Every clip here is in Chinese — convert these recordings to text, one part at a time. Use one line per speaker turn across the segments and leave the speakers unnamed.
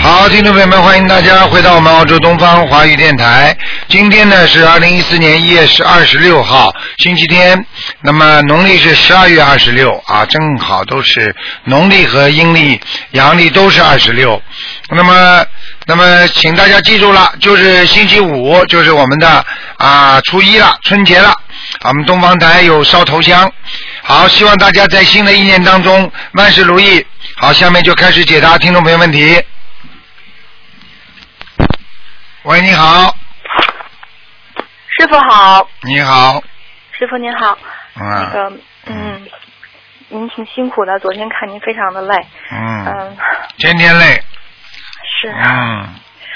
好，听众朋友们，欢迎大家回到我们澳洲东方华语电台。今天呢是二零一四年一月十二十六号，星期天。那么农历是十二月二十六啊，正好都是农历和阴历、阳历都是二十六。那么，那么请大家记住了，就是星期五，就是我们的啊初一了，春节了。啊我们东方台有烧头香。好，希望大家在新的一年当中万事如意。好，下面就开始解答听众朋友问题。喂，你好，
师傅好，
你好，
师傅您好，那
嗯
个，嗯，您挺辛苦的，昨天看您非常的累，
嗯，
嗯，
天天累，
是
嗯，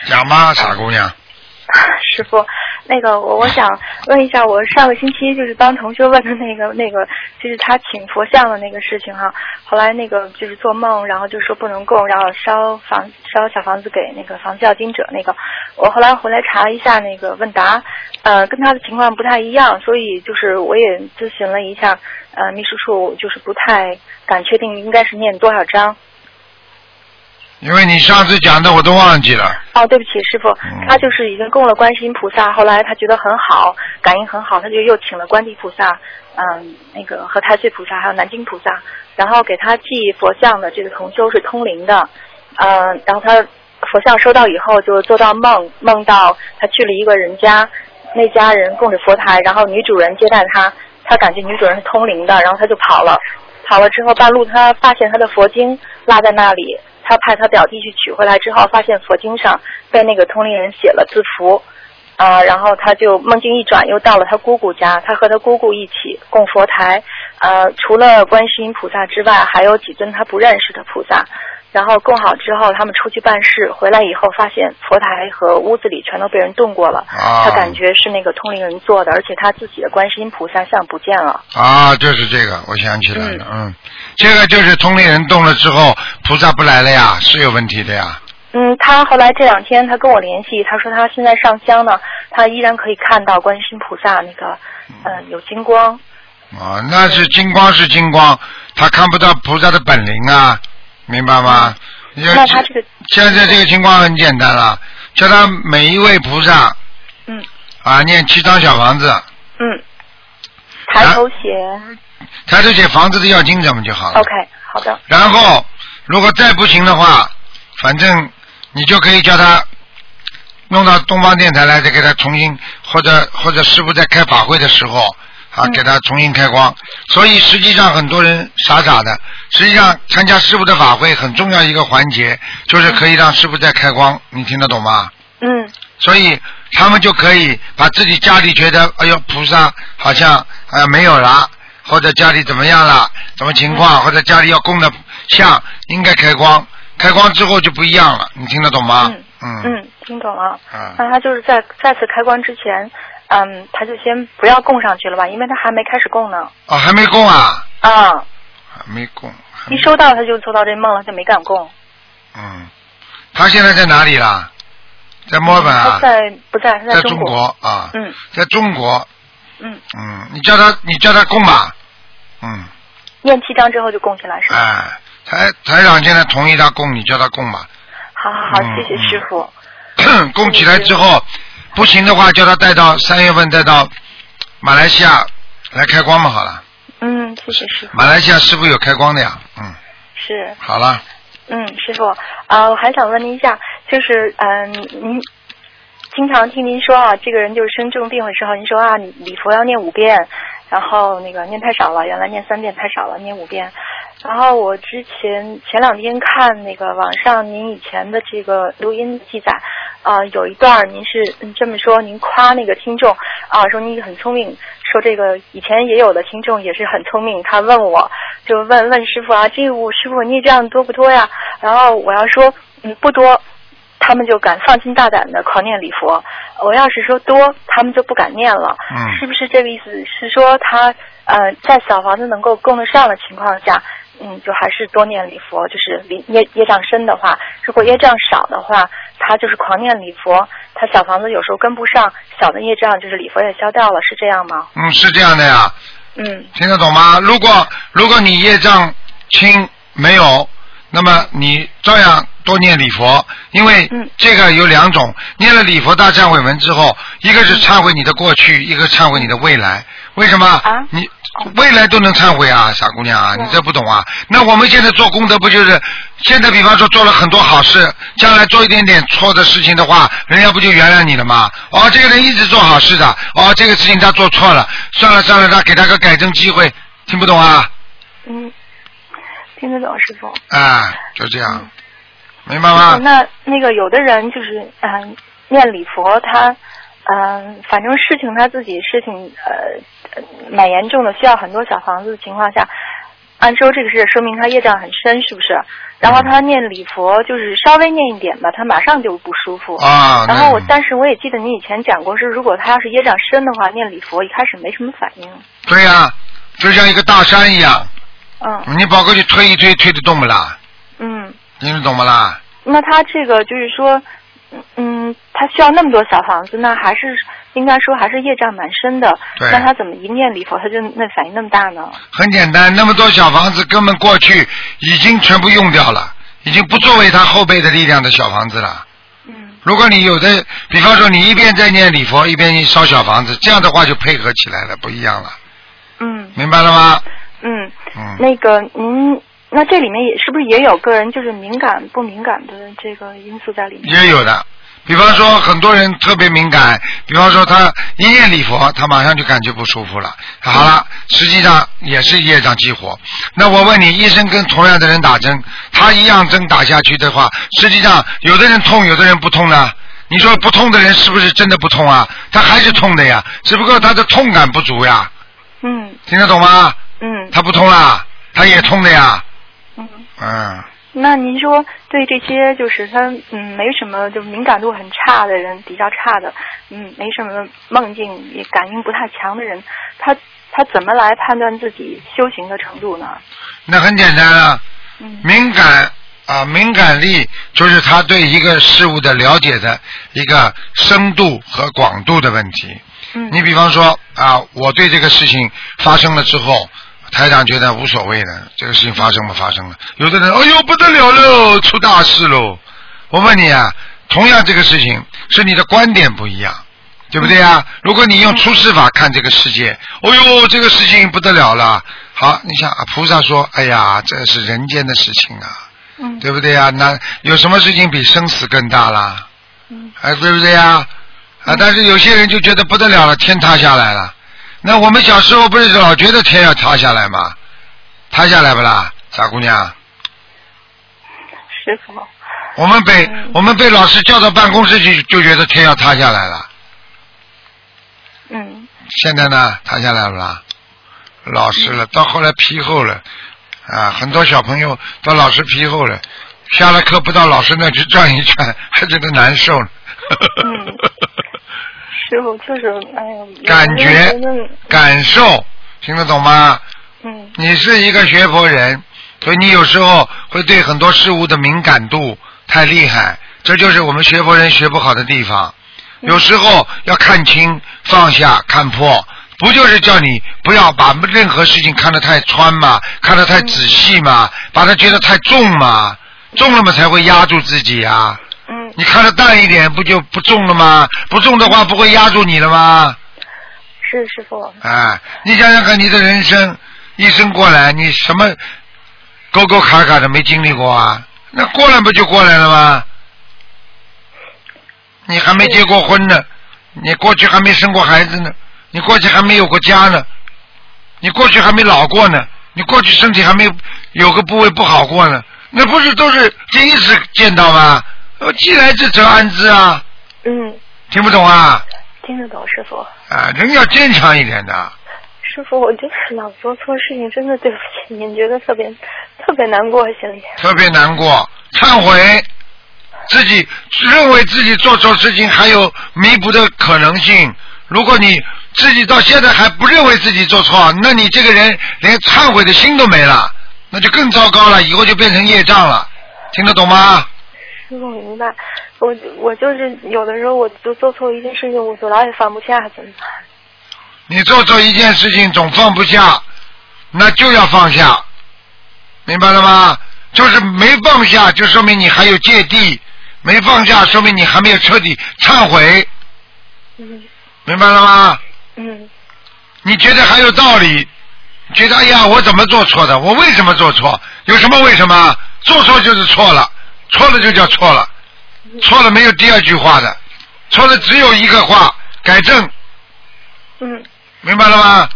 讲吧，傻姑娘，
师傅，那个我我想问一下，我上个星期就是帮同学问的那个那个，就是他请佛像的那个事情哈、后来那个就是做梦，然后就说不能供，然后烧房烧小房子给那个房教经者那个。我后来回来查了一下那个问答，呃，跟他的情况不太一样，所以就是我也咨询了一下，呃，秘书处就是不太敢确定应该是念多少章。
因为你上次讲的我都忘记了，
哦，对不起，师傅
嗯，
他就是已经供了观世音菩萨，后来他觉得很好，感应很好，他就又请了观地菩萨，嗯，那个和太岁菩萨还有南京菩萨，然后给他寄佛像的这个同修是通灵的，嗯，然后他佛像收到以后就做到梦，梦到他去了一个人家，那家人供着佛台，然后女主人接待他，他感觉女主人是通灵的，然后他就跑了，跑了之后，半路他发现他的佛经落在那里，他派他表弟去取回来之后，发现佛经上被那个通灵人写了字符，啊、然后他就梦境一转，又到了他姑姑家，他和他姑姑一起供佛台，呃，除了观世音菩萨之外，还有几尊他不认识的菩萨。然后供好之后，他们出去办事，回来以后发现佛台和屋子里全都被人动过了，
啊
他感觉是那个通灵人做的，而且他自己的观世音菩萨像不见了。
啊，就是这个，我想起来了，嗯，这个就是通灵人动了之后，菩萨不来了呀，是有问题的呀，
嗯，他后来这两天他跟我联系，他说他现在上香呢，他依然可以看到观世音菩萨那个，
嗯
呃，有金光。
啊，那是金光是金光，他看不到菩萨的本灵啊，明白吗？
嗯那他这个，
现在这个情况很简单了，叫他每一位菩萨
嗯
啊念七张小房子，
嗯，抬
啊
头写、
抬头写房子的要经怎么就好了。
o k 好的，
然后如果再不行的话，反正你就可以叫他弄到东方电台来，再给他重新或者或者师傅在开法会的时候啊，
嗯
给他重新开光。所以实际上很多人傻傻的，实际上参加师傅的法会很重要一个环节就是可以让师傅再开光，你听得懂吗？
嗯
所以他们就可以把自己家里觉得，哎呦，菩萨好像呃没有啦，或者家里怎么样啦，什么情况，或者家里要供的像应该开光，开光之后就不一样了，你听得懂吗？嗯
嗯，听懂了。
嗯
那他就是在再次开光之前，嗯，他就先不要供上去了吧，因为他还没开始供呢。
哦，还没供啊，
啊，
还没供，还没
一收到他就做到这梦了，他就没敢供。
嗯，他现在在哪里啦？在墨尔本
他
啊，
在不在？他
在
中
中国啊，
嗯
在中国，
嗯，
嗯，你叫他，你叫他供吧，嗯。
念七章之后就供起来是吧？
哎，台台长现在同意他供，你叫他供吧。
好好好，
嗯
谢谢师傅。
供起来之后，不行的话，叫他带到三月份带到马来西亚来开光嘛，好了。
嗯，谢谢师傅。
马来西亚师傅有开光的呀，嗯，
是，
好了，
嗯，师傅啊、我还想问您一下，就是嗯、您经常听您说啊，这个人就是生重病的时候，您说啊，你礼佛要念五遍，然后那个念太少了，原来念三遍太少了，念五遍。然后我之前前两天看那个网上您以前的这个录音记载，啊、有一段儿您是嗯这么说，您夸那个听众啊，说你很聪明，说这个以前也有的听众也是很聪明，他问我就问问师傅啊，这个我师傅你这样多不多呀？然后我要说嗯不多，他们就敢放心大胆的狂念礼佛；我要是说多，他们就不敢念了。
嗯
是不是这个意思？是说他呃在小房子能够供得上的情况下，嗯，就还是多念礼佛，就是离业业障深的话，如果业障少的话，他就是狂念礼佛，他小房子有时候跟不上，小的业障就是礼佛也消掉了，是这样吗？
嗯，是这样的呀，
嗯
听得懂吗？如果如果你业障轻没有，那么你照样多念礼佛，因为
嗯
这个有两种，念了礼佛大忏悔文之后，一个是
嗯
忏悔你的过去，一个忏悔你的未来。为什么？
啊
你未来都能忏悔啊，傻姑娘啊，你
嗯
这不懂啊？那我们现在做功德不就是，现在比方说做了很多好事，将来做一点点错的事情的话，人家不就原谅你了吗？哦，这个人一直做好事的，哦，这个事情他做错了，算了算了，他给他个改正机会，听不懂啊？
嗯，听得懂师傅。
啊，就这样，明白
哦
吗？
嗯那那个有的人就是嗯、呃念礼佛他。嗯，反正事情他自己事情呃呃蛮严重的，需要很多小房子的情况下，按说这个是说明他业障很深，是不是？然后他念礼佛就是稍微念一点吧，他马上就不舒服。
啊，
然
那
后我，但是我也记得你以前讲过，是如果他要是业障深的话，念礼佛一开始没什么反应。
对呀、就像一个大山一样，
嗯
你跑过去推一推，推得动不啦？
嗯，
听得懂不啦？
那他这个就是说，嗯嗯，他需要那么多小房子，那还是应该说还是业障蛮深的。
对
那他怎么一念礼佛他就那反应那么大呢？
很简单，那么多小房子根本过去已经全部用掉了，已经不作为他后辈的力量的小房子了。
嗯
如果你有的，比方说你一边在念礼佛，一边烧小房子，这样的话就配合起来了，不一样了，
嗯
明白了吗？
嗯，
嗯，
那个您。那这里面也是不是也有个人就是敏感不敏感的这个因素在里面？
也有的。比方说，很多人特别敏感，比方说他一念礼佛，他马上就感觉不舒服了。好了，实际上也是业障激活。那我问你，医生跟同样的人打针，他一样针打下去的话，实际上有的人痛，有的人不痛呢？你说不痛的人是不是真的不痛啊？他还是痛的呀，只不过他的痛感不足呀，
嗯
听得懂吗？
嗯
他不啊痛啦，他也痛的呀，
嗯。
嗯。
那您说对这些就是他嗯没什么就是敏感度很差的人比较差的嗯没什么梦境也感应不太强的人，他他怎么来判断自己修行的程度呢？
那很简单啊，
嗯
敏感啊，敏感力就是他对一个事物的了解的一个深度和广度的问题。
嗯
你比方说啊，我对这个事情发生了之后。台长觉得无所谓的，这个事情发生了，发生了。有的人，哎呦不得了喽，出大事喽！我问你啊，同样这个事情，是你的观点不一样，对不对
嗯
啊？如果你用出世法看这个世界，哦呦，这个事情不得了了。好，你想啊，菩萨说，哎呀，这是人间的事情啊，
嗯
对不对啊？那有什么事情比生死更大啦？
嗯
哎，对不对呀？啊，但是有些人就觉得不得了了，天塌下来了。那我们小时候不是老觉得天要塌下来吗？塌下来不啦，傻姑娘？
师傅
我们被、
嗯
我们被老师叫到办公室去，就觉得天要塌下来了。
嗯
现在呢，塌下来了啦，老实了，到后来皮厚了，啊，很多小朋友到老师皮厚了，下了课不到老师那去转一圈，还觉得难受呢。
嗯师傅就是哎呀
感觉
有的人
感受，听得懂吗？
嗯
你是一个学佛人，所以你有时候会对很多事物的敏感度太厉害，这就是我们学佛人学不好的地方。
嗯
有时候要看清、放下、看破，不就是叫你不要把任何事情看得太穿嘛，看得太仔细嘛，把它觉得太重嘛，重了嘛才会压住自己啊。
嗯
你看得淡一点，不就不重了吗？不重的话，不会压住你了吗？
是师傅
啊，你想想看，你的人生一生过来，你什么沟沟坎坎的没经历过啊？那过来不就过来了吗？你还没结过婚呢，你过去还没生过孩子呢，你过去还没有过家呢，你过去还没老过呢，你过去身体还没有个部位不好过呢，那不是都是第一次见到吗？呃既来之则安之啊，
嗯
听不懂啊？
听得懂师傅。
啊，人要坚强一点的。
师傅，我就是老做错事情，真的对不起您，觉得特别特别难过，心里。
特别难过，忏悔，自己认为自己做错事情还有弥补的可能性。如果你自己到现在还不认为自己做错，那你这个人连忏悔的心都没了，那就更糟糕了，以后就变成业障了，听得懂吗？
师傅明白，我我就是有的时候我就做错一件事情，我就老也放不下，怎么办？
你做错一件事情总放不下，那就要放下，明白了吗？就是没放下，就说明你还有芥蒂；没放下，说明你还没有彻底忏悔，
嗯
明白了吗？
嗯
你觉得还有道理，觉得哎呀，我怎么做错的？我为什么做错？有什么为什么？做错就是错了，错了就叫错了，错了没有第二句话的，错了只有一个话，改正，
嗯，
明白了吗？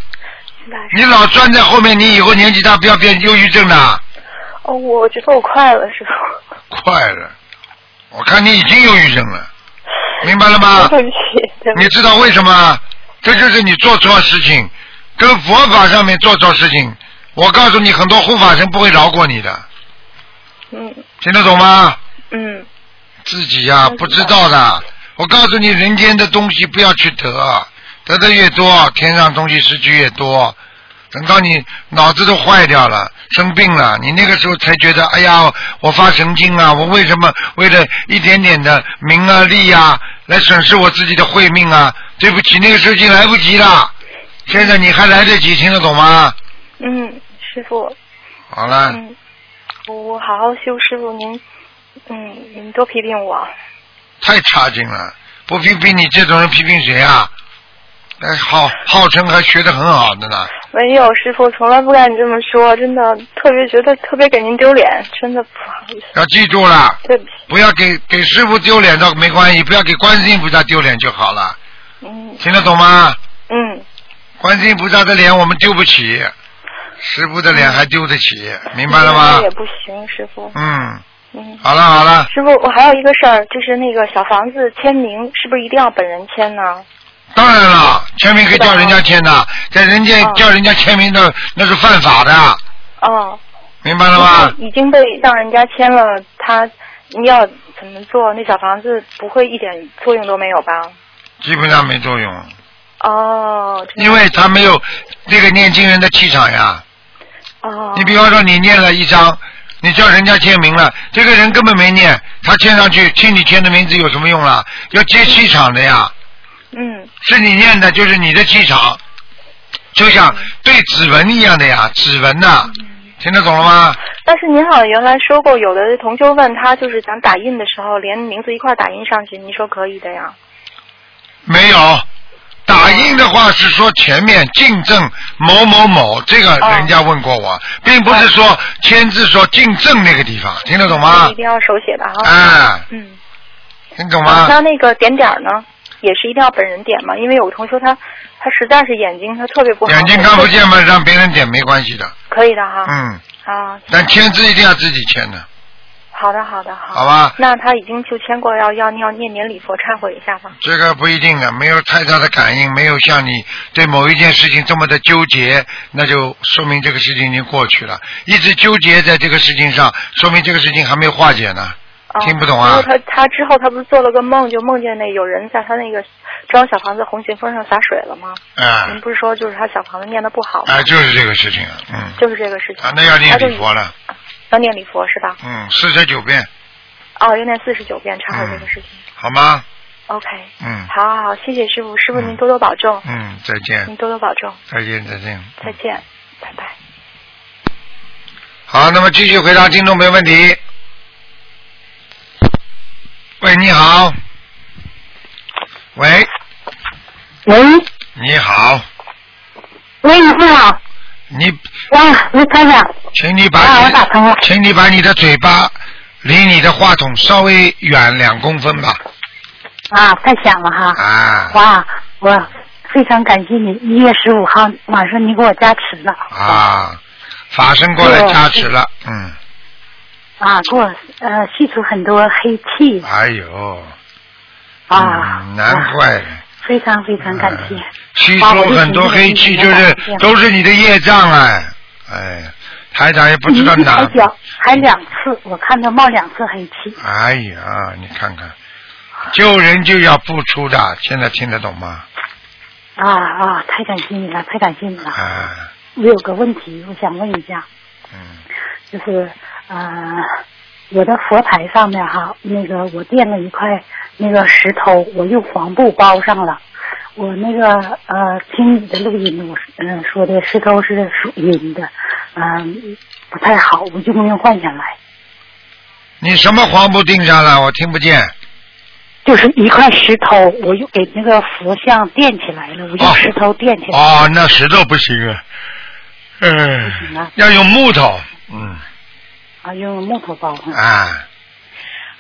明白。
你老钻在后面，你以后年纪大不要变忧郁症的，
哦，我觉得我快了，师傅。
快了，我看你已经忧郁症了，明白了吗？
对不起，对不
你
起。
知道为什么？这就是你做错事情，跟佛法上面做错事情。我告诉你，很多护法神不会饶过你的，
嗯
听得懂吗？
嗯
自己呀、
嗯
不知道的。我告诉你，人间的东西不要去得，啊得的越多，天上东西失去越多。等到你脑子都坏掉了，生病了，你那个时候才觉得，哎呀，我发神经啊！我为什么为了一点点的名啊利啊，来损失我自己的慧命啊？对不起，那个时候已经来不及了。现在你还来得及，听得懂吗？
嗯，师傅，
好了，
嗯，我好好修，师傅您，嗯，您多批评我。啊
太差劲了！不批评你这种人，批评谁啊？哎，好，号称还学得很好的呢。
没有，师傅从来不敢这么说，真的特别觉得特别给您丢脸，真的不好意思，
要记住了，
对不起。
不要给给师傅丢脸倒没关系，不要给观世音菩萨丢脸就好了，
嗯
听得懂吗？
嗯，
观世音菩萨的脸我们丢不起，师傅的脸还丢得起，明白了吗
那也？不行，师傅。
嗯，
嗯，
好了好了，
师傅，我还有一个事儿，就是那个小房子签名是不是一定要本人签呢？
当然了，签名可以叫人家签的，在人家
嗯
叫人家签名的那是犯法的，
哦，
明白了吗？
已经被让人家签了，他你要怎么做？那小房子不会一点作用都没有吧？
基本上没作用，
哦，这
因为他没有那个念经人的气场呀。
哦，
你比方说你念了一张，你叫人家签名了，这个人根本没念，他签上去，听你签的名字有什么用啦？要接气场的呀，
嗯
是你念的，就是你的气场，就像
嗯
对指纹一样的呀，指纹呐、听得懂了吗？
但是您好像原来说过，有的同修问他，就是想打印的时候连名字一块儿打印上去，您说可以的呀？
没有，打印的话是说前面敬赠某某某，这个
哦
人家问过我，并不是说签字说敬赠那个地方，听得懂吗
一？定要手写的哈。
哎，
嗯，
听懂吗？
啊那那个点点儿呢，也是一定要本人点嘛？因为有个同修他他实在是眼睛他特别不好，
眼睛看不见嘛，让别人点没关系的，
可以的哈。
嗯。
啊，
但签字一定要自己签的，
好的好的好。
好吧？
那他已经就签过，要要要念念礼佛忏悔一下吧。
这个不一定的，没有太大的感应，没有像你对某一件事情这么的纠结，那就说明这个事情已经过去了。一直纠结在这个事情上，说明这个事情还没有化解呢。
啊、
听不懂啊
然后他他之后他不是做了个梦，就梦见那有人在他那个装小房子红旋风上洒水了吗？
哎、
嗯您不是说就是他小房子念的不好吗？
哎、就是这个事情，嗯，
就是这个事情。
啊，那要念
他就
礼佛了，
要念礼佛是吧？
嗯，四十九遍，
哦，要念四十九遍忏
嗯
悔这个事情。
好吗？
OK，
嗯
好好好，谢谢师傅，师傅
嗯
您多多保重，
嗯，再
您
见，
多多保重，
再见，再见。
再见，拜拜。
好，那么继续回答听众朋友问题。喂，你好。喂，
喂，
你好，
喂，你好，
你，
啊，卢台长，
请你把
啊
你
我打通了
请你把你的嘴巴离你的话筒稍微远两公分吧。
啊，太响了哈，
啊
哇，我非常感谢你，一月十五号晚上你给我加持了，
啊，法身过
哦
来加持了，嗯，
啊，给我呃去除很多黑气
哎呦，
啊，
嗯难怪
哇，非常非常感谢，
吸收很多黑气，就是都是你的业障啊，哎，台长也不知道
你一
哪
抬。脚还两次，我看到冒两次黑气，
哎呀，你看看，救人就要付出的，现在听得懂吗？
啊啊，太感谢你了，太感谢你了，
啊，
我有个问题，我想问一下，
嗯，
就是呃，我的佛台上面哈，那个我垫了一块那个石头，我用黄布包上了。我那个呃，听你的录音，我嗯、说的石头是属阴的，嗯、不太好，我用不用换下来？
你什么黄布钉上了？我听不见。
就是一块石头，我又给那个佛像垫起来了，我用石头垫起来。
哦，那石头不行啊，嗯、
不行啊
要用木头，嗯
啊，用木头包上。
啊，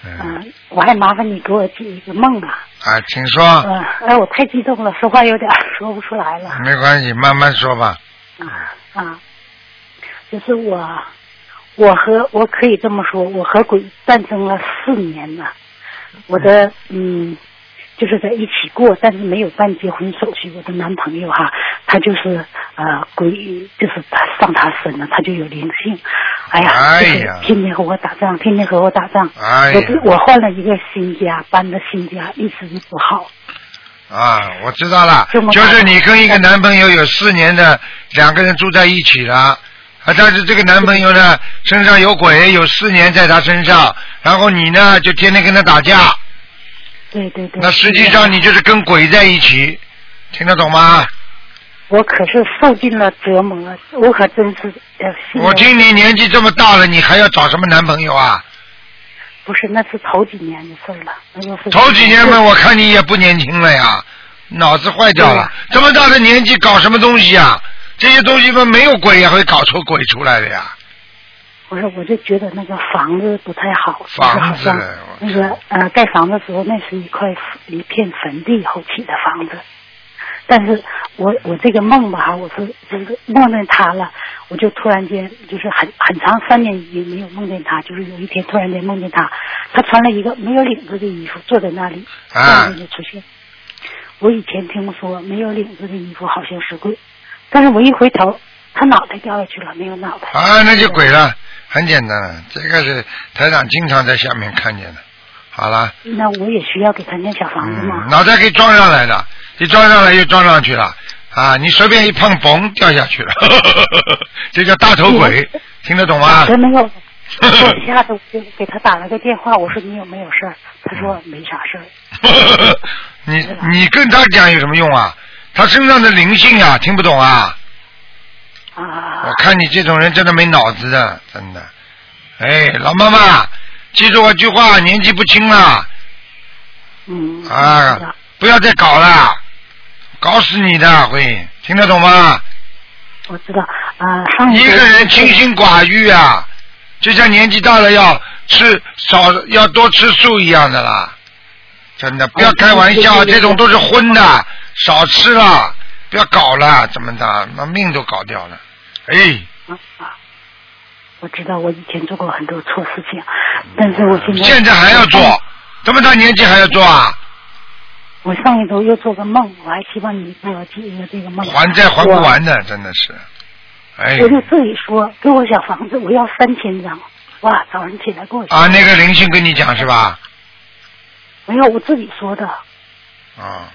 嗯
嗯，我还麻烦你给我解一个梦吧。
啊，请说，
嗯，哎，我太激动了，说话有点儿说不出来了。
没关系，慢慢说吧。
啊啊，就是我，我和我可以这么说，我和鬼战争了四年了。我的嗯，就是在一起过，但是没有办结婚手续。我的男朋友哈，他就是呃鬼，就是他上他身了，他就有灵性。哎呀，
哎
就是
呀
天天和我打仗，天天和我打仗。
哎
我
呀
这我换了一个新家，搬的新家，一直就不好。
啊，我知道了
这，么
就
大
是你跟一个男朋友有四年的，两个人住在一起了，啊，但是这个男朋友呢身上有鬼，有四年在他身上，然后你呢就天天跟他打架，
对对对。
那实际上你就是跟鬼在一起，听得懂吗？
我可是受尽了折磨，我可真是呃，心
我
里
听你年纪这么大了，你还要找什么男朋友啊？
不是那是头几年的事儿了，那就是
头几年嘛，我看你也不年轻了呀，脑子坏掉
对
了
呀，
这么大的年纪搞什么东西啊？这些东西嘛，没有鬼也会搞出鬼出来的呀。
不是，我就觉得那个房子不太好，就是
房
好
子
像那个呃盖房子的时候，那是一块一片坟地后起的房子。但是我我这个梦吧，我是就是梦见他了，我就突然间就是很很长三年也没有梦见他，就是有一天突然间梦见他，他穿了一个没有领子的衣服坐在那里，突
啊
然间就出现。我以前听说没有领子的衣服好像是贵，但是我一回头，他脑袋掉下去了，没有脑袋。
啊，那就鬼了，很简单了，这个是台长经常在下面看见的。好了，
那我也需要给他念小房子
嗯，
吗？
脑袋给撞上来的，一撞上来又撞上去了，啊，你随便一碰，嘣掉下去了， 这叫大头鬼，听得懂吗？
我都没有， 我吓得我就给他打了个电话，我说你有没有事儿？他说没啥事儿。
你你跟他讲有什么用啊？他身上的灵性啊，听不懂啊！
啊
我，看你这种人真的没脑子的，真的。哎，老妈妈，记住我句话，年纪不轻了，
嗯，
啊
是的
不要再搞了，搞死你的会，听得懂吗？
我知道啊，上
一个人清心寡欲啊，就像年纪大了要吃少要多吃素一样的啦。真的，不要开玩笑，
哦
啊
对对对
这种都是荤的，少吃了，不要搞了，怎么的，那命都搞掉了。哎，
啊啊，我知道我以前做过很多错事情，但是我现在
现在还要做，
嗯
这么大年纪还要做啊？
我上一周又做个梦，我还希望你给我解一个这个梦。
还债还不完的，真的是。哎
嗯我。我就自己说，给我小房子，我要三千张。哇，早上起来给我说
啊，那个灵性跟你讲是吧？
没有，我自己说的。
啊，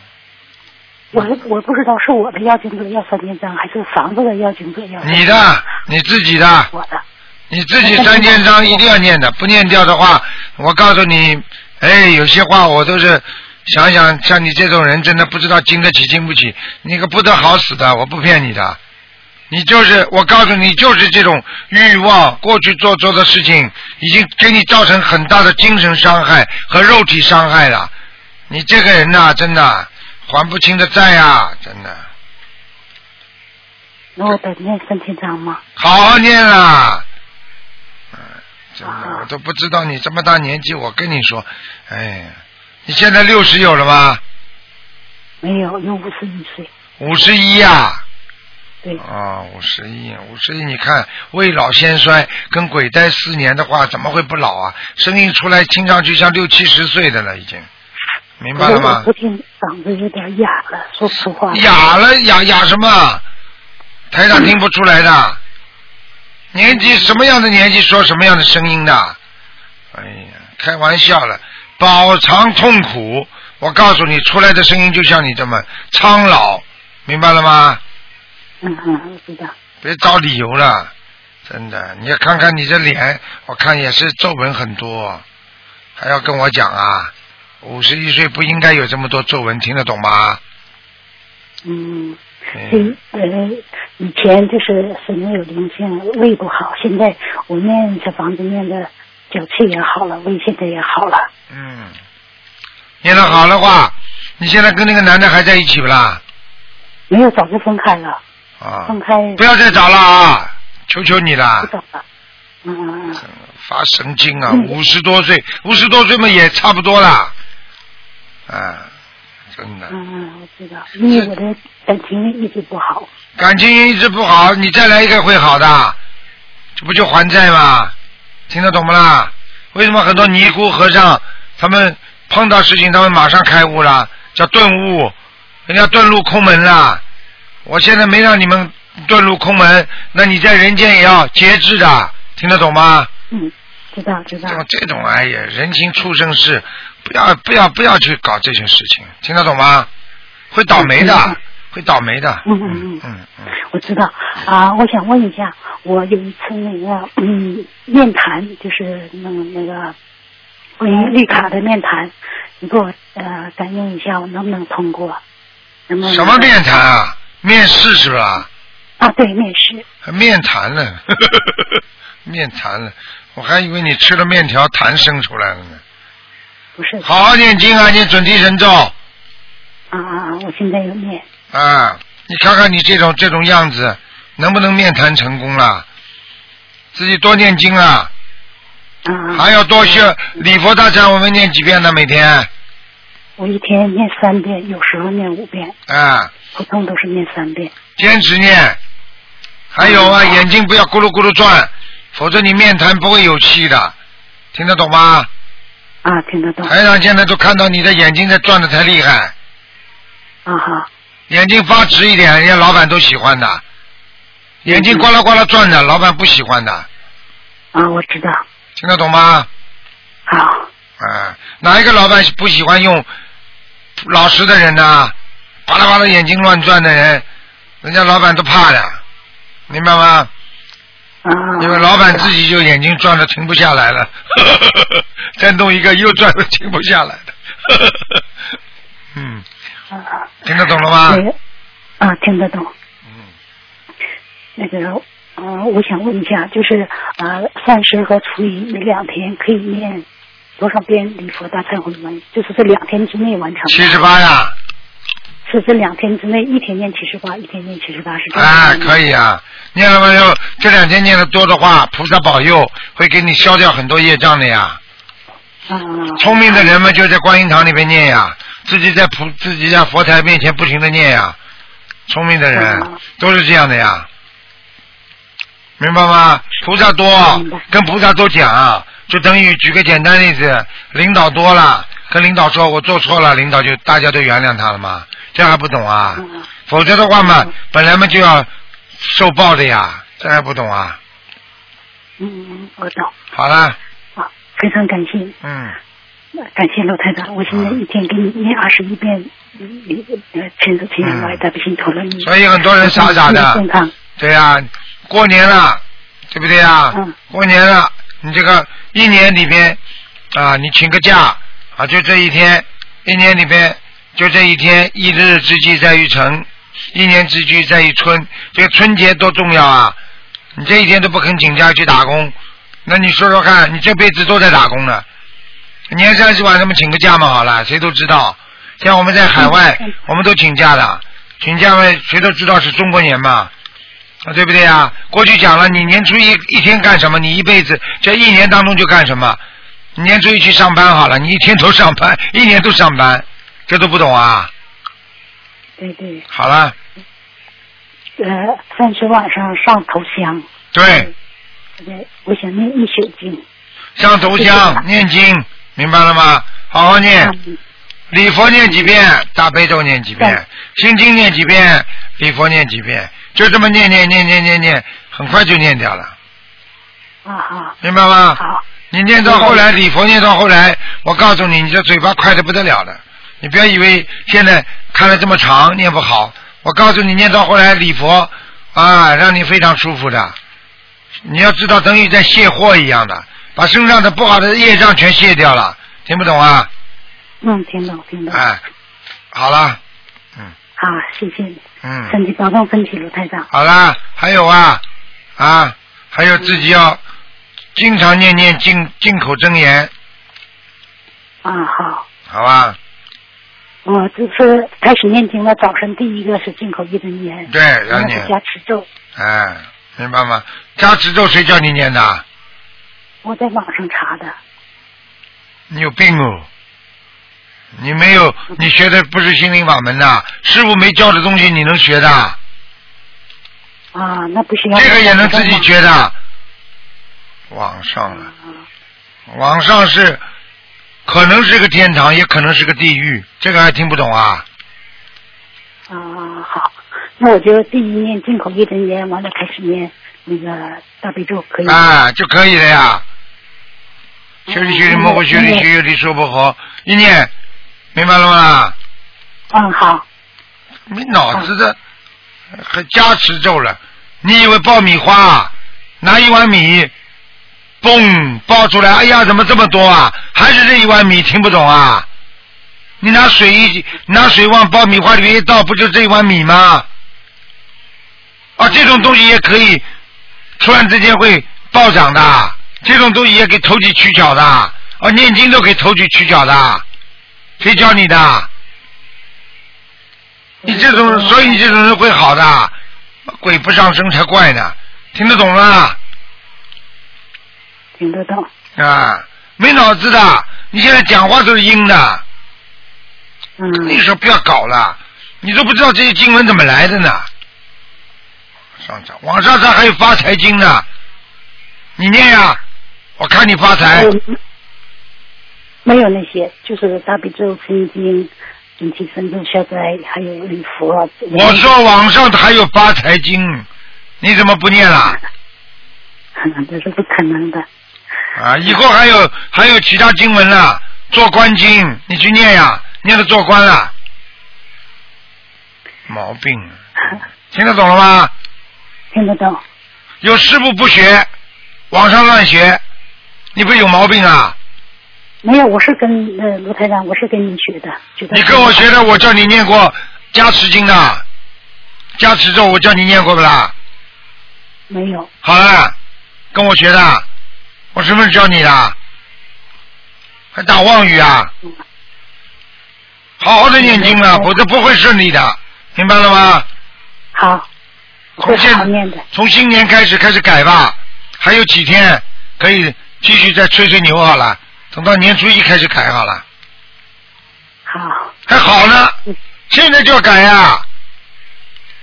我我不知道是我的要经者要三千张，还是房子的要经者要三
你
千张
的，你自己的，
我的
你自己三千章一定要念的，不念掉的话，我告诉你，哎，有些话我都是想想，像你这种人真的不知道经得起经不起，你个不得好死的，我不骗你的。你就是，我告诉你，就是这种欲望，过去做做的事情，已经给你造成很大的精神伤害和肉体伤害了。你这个人呐、真的还不清的债啊，真的。
那我得念三千张吗？
好好念啦。嗯，真的
啊，
我都不知道你这么大年纪，我跟你说，哎，你现在六十有了吗？
没有，有五十一岁。
五十一呀，
对，
啊，五十一，五十一，你看未老先衰，跟鬼待四年的话，怎么会不老啊？声音出来听上去像六七十岁的了，已经，明白了
我
吗
我？不听，嗓子有点哑了，说不出话。嗯
哑了哑哑什么？台上听不出来的，年纪什么样的年纪说什么样的声音的？哎呀，开玩笑了，饱尝痛苦。我告诉你，出来的声音就像你这么苍老，明白了吗？
嗯嗯，我知道。
别找理由了，真的，你要看看你这脸，我看也是皱纹很多，还要跟我讲啊？五十一岁不应该有这么多皱纹，听得懂吗？
嗯，所
嗯
以呃，以前就是身上有灵性，胃不好，现在我念小房子念的脚气也好了，胃现在也好了。
嗯，念得好的话，你现在跟那个男的还在一起不啦？
没有，早就分开了，
啊，
分开
不要再找了啊！求求你
不
了，
找了。嗯嗯嗯，
发神经啊！
嗯
五十多岁，五十多岁嘛也差不多啦。啊，真的，
嗯嗯，我知道，因为我的感情一直不好。
感情一直不好，你再来一个会好的，这不就还债吗？听得懂不啦？为什么很多尼姑和尚他们碰到事情，他们马上开悟了，叫顿悟，人家遁入空门啦。我现在没让你们遁入空门，那你在人间也要节制的，听得懂吗？
嗯，知道知道
这。种这种哎呀，人情畜生事，不要不要不要去搞这些事情，听得懂吗？会倒霉
嗯
的，会倒霉的。
嗯嗯嗯
嗯嗯。
我知道啊，我想问一下，我有一次那个嗯面谈，就是那个那个关于绿卡的面谈，你给我呃感应一下，我能不能通过？能不能
什么面谈啊？面试是吧？
啊？对，面试
还面谈了，面谈了，我还以为你吃了面条痰生出来了呢。
不是
好好念经啊，念准提神咒
啊啊啊！我现在有面
啊！你看看你这种这种样子，能不能面谈成功啦？自己多念经啊，
啊啊，
还要多学礼佛大忏，我们念几遍呢？每天
我一天念三遍，有时候念五遍，
啊，
普通都是念三遍。
坚持念。还有
嗯
啊，眼睛不要咕噜咕噜转，否则你面谈不会有气的，听得懂吗？
啊，听得懂
台长现在都看到你的眼睛在转的太厉害，
啊哈，
眼睛发直一点，人家老板都喜欢的。眼睛呱啦呱啦转的，老板不喜欢的，
啊，我知道，
听得懂吗？
好，
啊，哪一个老板不喜欢用老实的人呢、巴拉巴拉眼睛乱转的人，人家老板都怕的，明白吗？
啊，
因为老板自己就眼睛转的停不下来了， 再弄一个又转的 停不下来的。嗯，
啊啊
听得懂了吗？
对，啊，听得懂。
嗯。
那个，嗯、我想问一下，就是呃，三十和初一那两天可以念多少遍礼佛大忏悔文？就是这两天之内完成，
七十八呀，
是这两天之内，一天念七十八，一天念七十八，是这样
哎，可
以。
以啊，念了没有？这两天念的多的话，菩萨保佑会给你消掉很多业障的呀。
啊、
聪明的人们就在观音堂里面念呀，自己在菩自己在佛台面前不停的念呀。聪明的人
嗯
都是这样的呀，明白吗？菩萨多
明白，
跟菩萨都讲，啊就等于举个简单例子，领导多了，跟领导说我做错了，领导就大家都原谅他了嘛，这还不懂啊？
嗯
否则的话嘛
嗯，
本来嘛就要受报的呀，这还不懂啊？
嗯，嗯我懂。
好了，
啊，非常感谢，
嗯，
感谢罗台长，我现在一天给你念二十一遍，嗯礼呃，亲自亲人来大悲心陀罗尼。
嗯所以很多人傻傻
身体
的
健，康。
对呀、过年了，对不对呀、
嗯
过年了，你这个一年里边啊，你请个假啊，就这一天，一年里边就这一天，一日之计在于晨，一年之计在于春，这个春节多重要啊！你这一天都不肯请假去打工，那你说说看，你这辈子都在打工呢。年三十晚上们请个假嘛，好了，谁都知道。像我们在海外
嗯嗯，
我们都请假的，请假嘛，谁都知道是中国年嘛，啊，对不对啊？过去讲了，你年初一一天干什么，你一辈子这一年当中就干什么。你年初一去上班好了，你一天都上班，一年都上班，这都不懂啊？
对对，
好了，
呃，三十晚上上头香。
对，
对，我想念一宿经。
上头香、念经，明白了吗？好好念。
嗯
礼佛念几遍，大悲咒念几遍，心经念几遍，礼佛念几遍，就这么念念念念念念，很快就念掉了，
啊
明白吗
好，？好，
你念到后来，礼佛念到后来，我告诉你，你这嘴巴快的不得了了。你不要以为现在看了这么长念不好，我告诉你，念到后来礼佛啊，让你非常舒服的，你要知道，等于在卸货一样的，把身上的不好的业障全卸掉了，听不懂啊？
嗯，听懂听懂。
哎，好了，
好，谢谢你，
嗯，
身体保重身体，卢台长。
好啦，还有啊，啊，还有自己要经常念念进进口真言，
啊，好，
好吧？
我就是开始念经了，早晨第一个是进口一真言，
对，
然
然后
后
你，
在家吃咒，
哎，明白吗？加持咒谁叫你念的？
我在网上查的。
你有病哦！你没有，你学的不是心灵法门呐、师傅没教的东西你能学的？
啊，那不需要。
这个也能自己觉的。网上了，网上是可能是个天堂，也可能是个地狱，这个还听不懂啊？
啊，好，那我就第一念进口一真言，完了开始念那个大悲咒，可以吗？
啊，就可以了呀。
嗯
修理修理摩诃修理修理娑婆诃，一念，明白了吗？
嗯，好，
没脑子的，还加持咒了。你以为爆米花啊？拿一碗米，嘣爆出来，哎呀，怎么这么多啊？还是这一碗米，听不懂啊？你拿水一拿水往爆米花里面一倒，不就这一碗米吗？啊，这种东西也可以，突然之间会暴涨的，这种东西也给投机取巧的，啊，念经都给投机取巧的，谁教你的？你这
嗯
种，所以你这种人会好的，鬼不上身才怪呢，听得懂吗？
听得懂。
啊，没脑子的，你现在讲话都是阴的，
嗯，
你说不要搞了，你都不知道这些经文怎么来的呢。上涨，网上上还有发财经呢，你念呀、我看你发财。
我没有那些，就是大悲咒、心经、准提神咒、消灾，还有礼佛。啊
我说网上还有发财经，你怎么不念啦？
这是不可能的。
啊，以后还有还有其他经文啦，做官经，你去念呀，念着做官啦。毛病，啊听得懂了吗？
听得懂，
有师傅不学，网上乱学，你不是有毛病啊？
没有，我是跟呃卢台长，我是跟你学的，觉得
你跟我学的，我叫你念过加持经的，加持咒我叫你念过不啦？
没有，
好了，跟我学的，我什么时候教你的？还打妄语啊？好好的念经了，否则不会顺利的，明白了吗？
好，会
从
好好
现
念的。
从新年开始开始改吧，还有几天可以继续再吹吹牛好了，等到年初一开始改好了，
好，嗯
还好呢，现在就要改呀、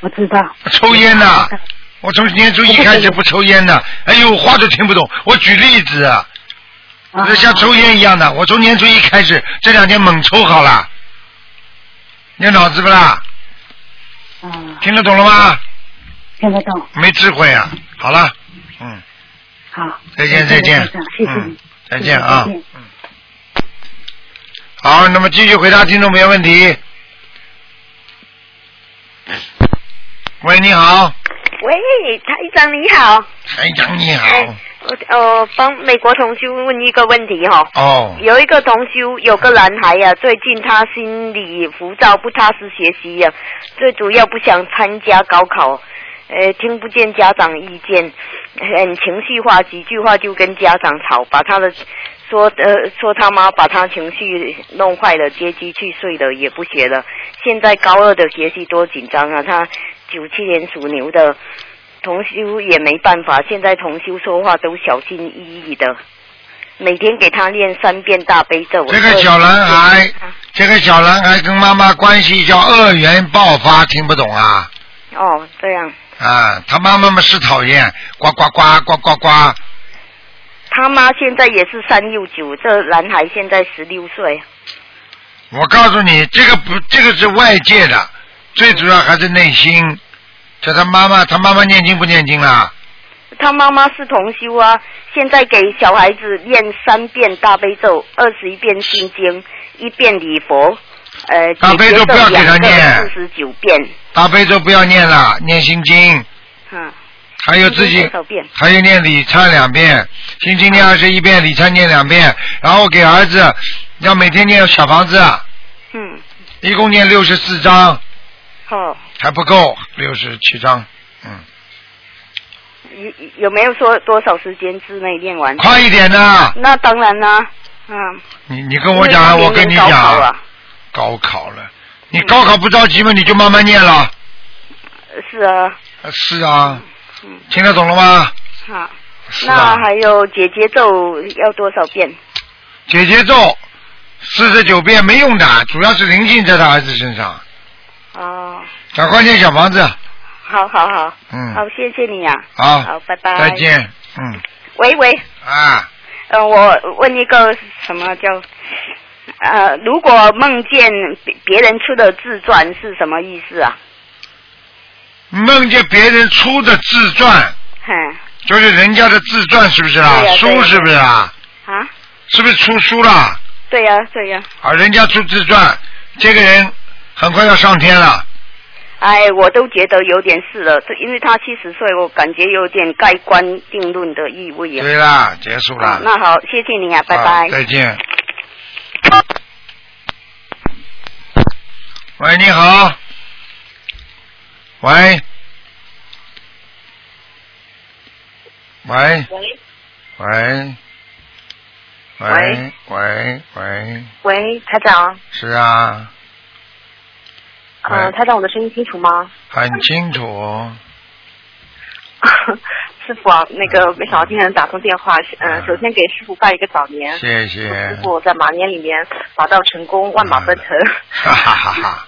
我知道。
抽烟呐、我从年初一开始不抽烟的，哎呦，话都听不懂。我举例子啊，
啊
这像抽烟一样的，我从年初一开始，这两天猛抽好了，你有脑子不啦？
啊，
听得懂了吗？
听得懂。
没智慧啊！好了，嗯，
好，
再见
谢谢
再见
卢台长谢谢
嗯
你，
再
谢
见
谢
啊，嗯，好，那么继续回答听众朋友问题。喂，你好，
喂，台长你好。
台长你好，
哎，我呃帮美国同修问一个问题哈、哦。
哦，
有一个同修，有个男孩呀、最近他心理浮躁，不踏实学习呀、最主要不想参加高考，呃，听不见家长意见，很情绪化，几句话就跟家长吵，把他的说呃说他妈把他情绪弄坏了，跌机去睡了，也不学了。现在高二的学习多紧张啊！他九七年属牛的同修也没办法，现在同修说话都小心翼翼的。每天给他念三遍大悲咒。
这个小男孩，这个小男孩跟妈妈关系叫恶缘爆发，听不懂啊？
哦，这样，
啊，他妈妈嘛是讨厌，呱呱呱呱呱呱，
他妈现在也是三六九，这男孩现在十六岁。
我告诉你，这个不，这个是外界的，最主要还是内心。叫他妈妈，他妈妈念经不念经啦？
他妈妈是同修啊，现在给小孩子念三遍大悲咒，二十一遍心经，一遍礼佛，呃，
大悲咒不要给他念
四十九遍。
大悲咒不要念了，念心经。
嗯，
还有自己
念多少遍
还有念礼忏两遍，心经念二十一遍，礼忏念两遍，然后给儿子要每天念小房子，啊
嗯，
一共念六十四章，
好、
还不够六十七章，嗯，
有有没有说多少时间之内练完？
快一点啊呐！
那当然啦，嗯。
你你跟我讲啊，
因为
我跟你
明年
讲
高考
啊，
了，
高考了，你高考不着急吗？你就慢慢念了。
是啊，
是啊，
嗯，
听得懂了吗？
好。
是啊
那。还有姐姐咒要多少遍？
姐姐咒四十九遍没用的，主要是灵性在他儿子身上。
哦，
赶快念小房子，
好好好，
嗯，
好，谢谢你啊，
好
好，拜拜，
再。见，嗯
喂喂，
啊，
呃，我问一个什么叫呃，如果梦见别别人出的自传是什么意思啊？
梦见别人出的自传，
哼
就是人家的自传，是不是啊？
对呀对
书
呀
是不是啊？
啊，
是不是出书了？
对呀、对呀、
啊，人家出自传，这个人很快要上天了。
哎，我都觉得有点事了，这因为他七十岁，我感觉有点盖棺定论的意味啊。
对啦，结束啦。
啊那好，谢谢你啊，拜
啊
拜。
再见。喂，你好。喂。喂。
喂
喂。喂喂喂，
喂，台长，
是啊，
嗯、
喂
台长，我的声音清楚吗？
很清楚。
师傅啊，那个没想到今天能打通电话，嗯、
嗯
首先给师傅拜一个早年，
谢
祝
谢
嗯师。傅在马年里面马到成
嗯
功，万马奔腾。
哈哈哈哈，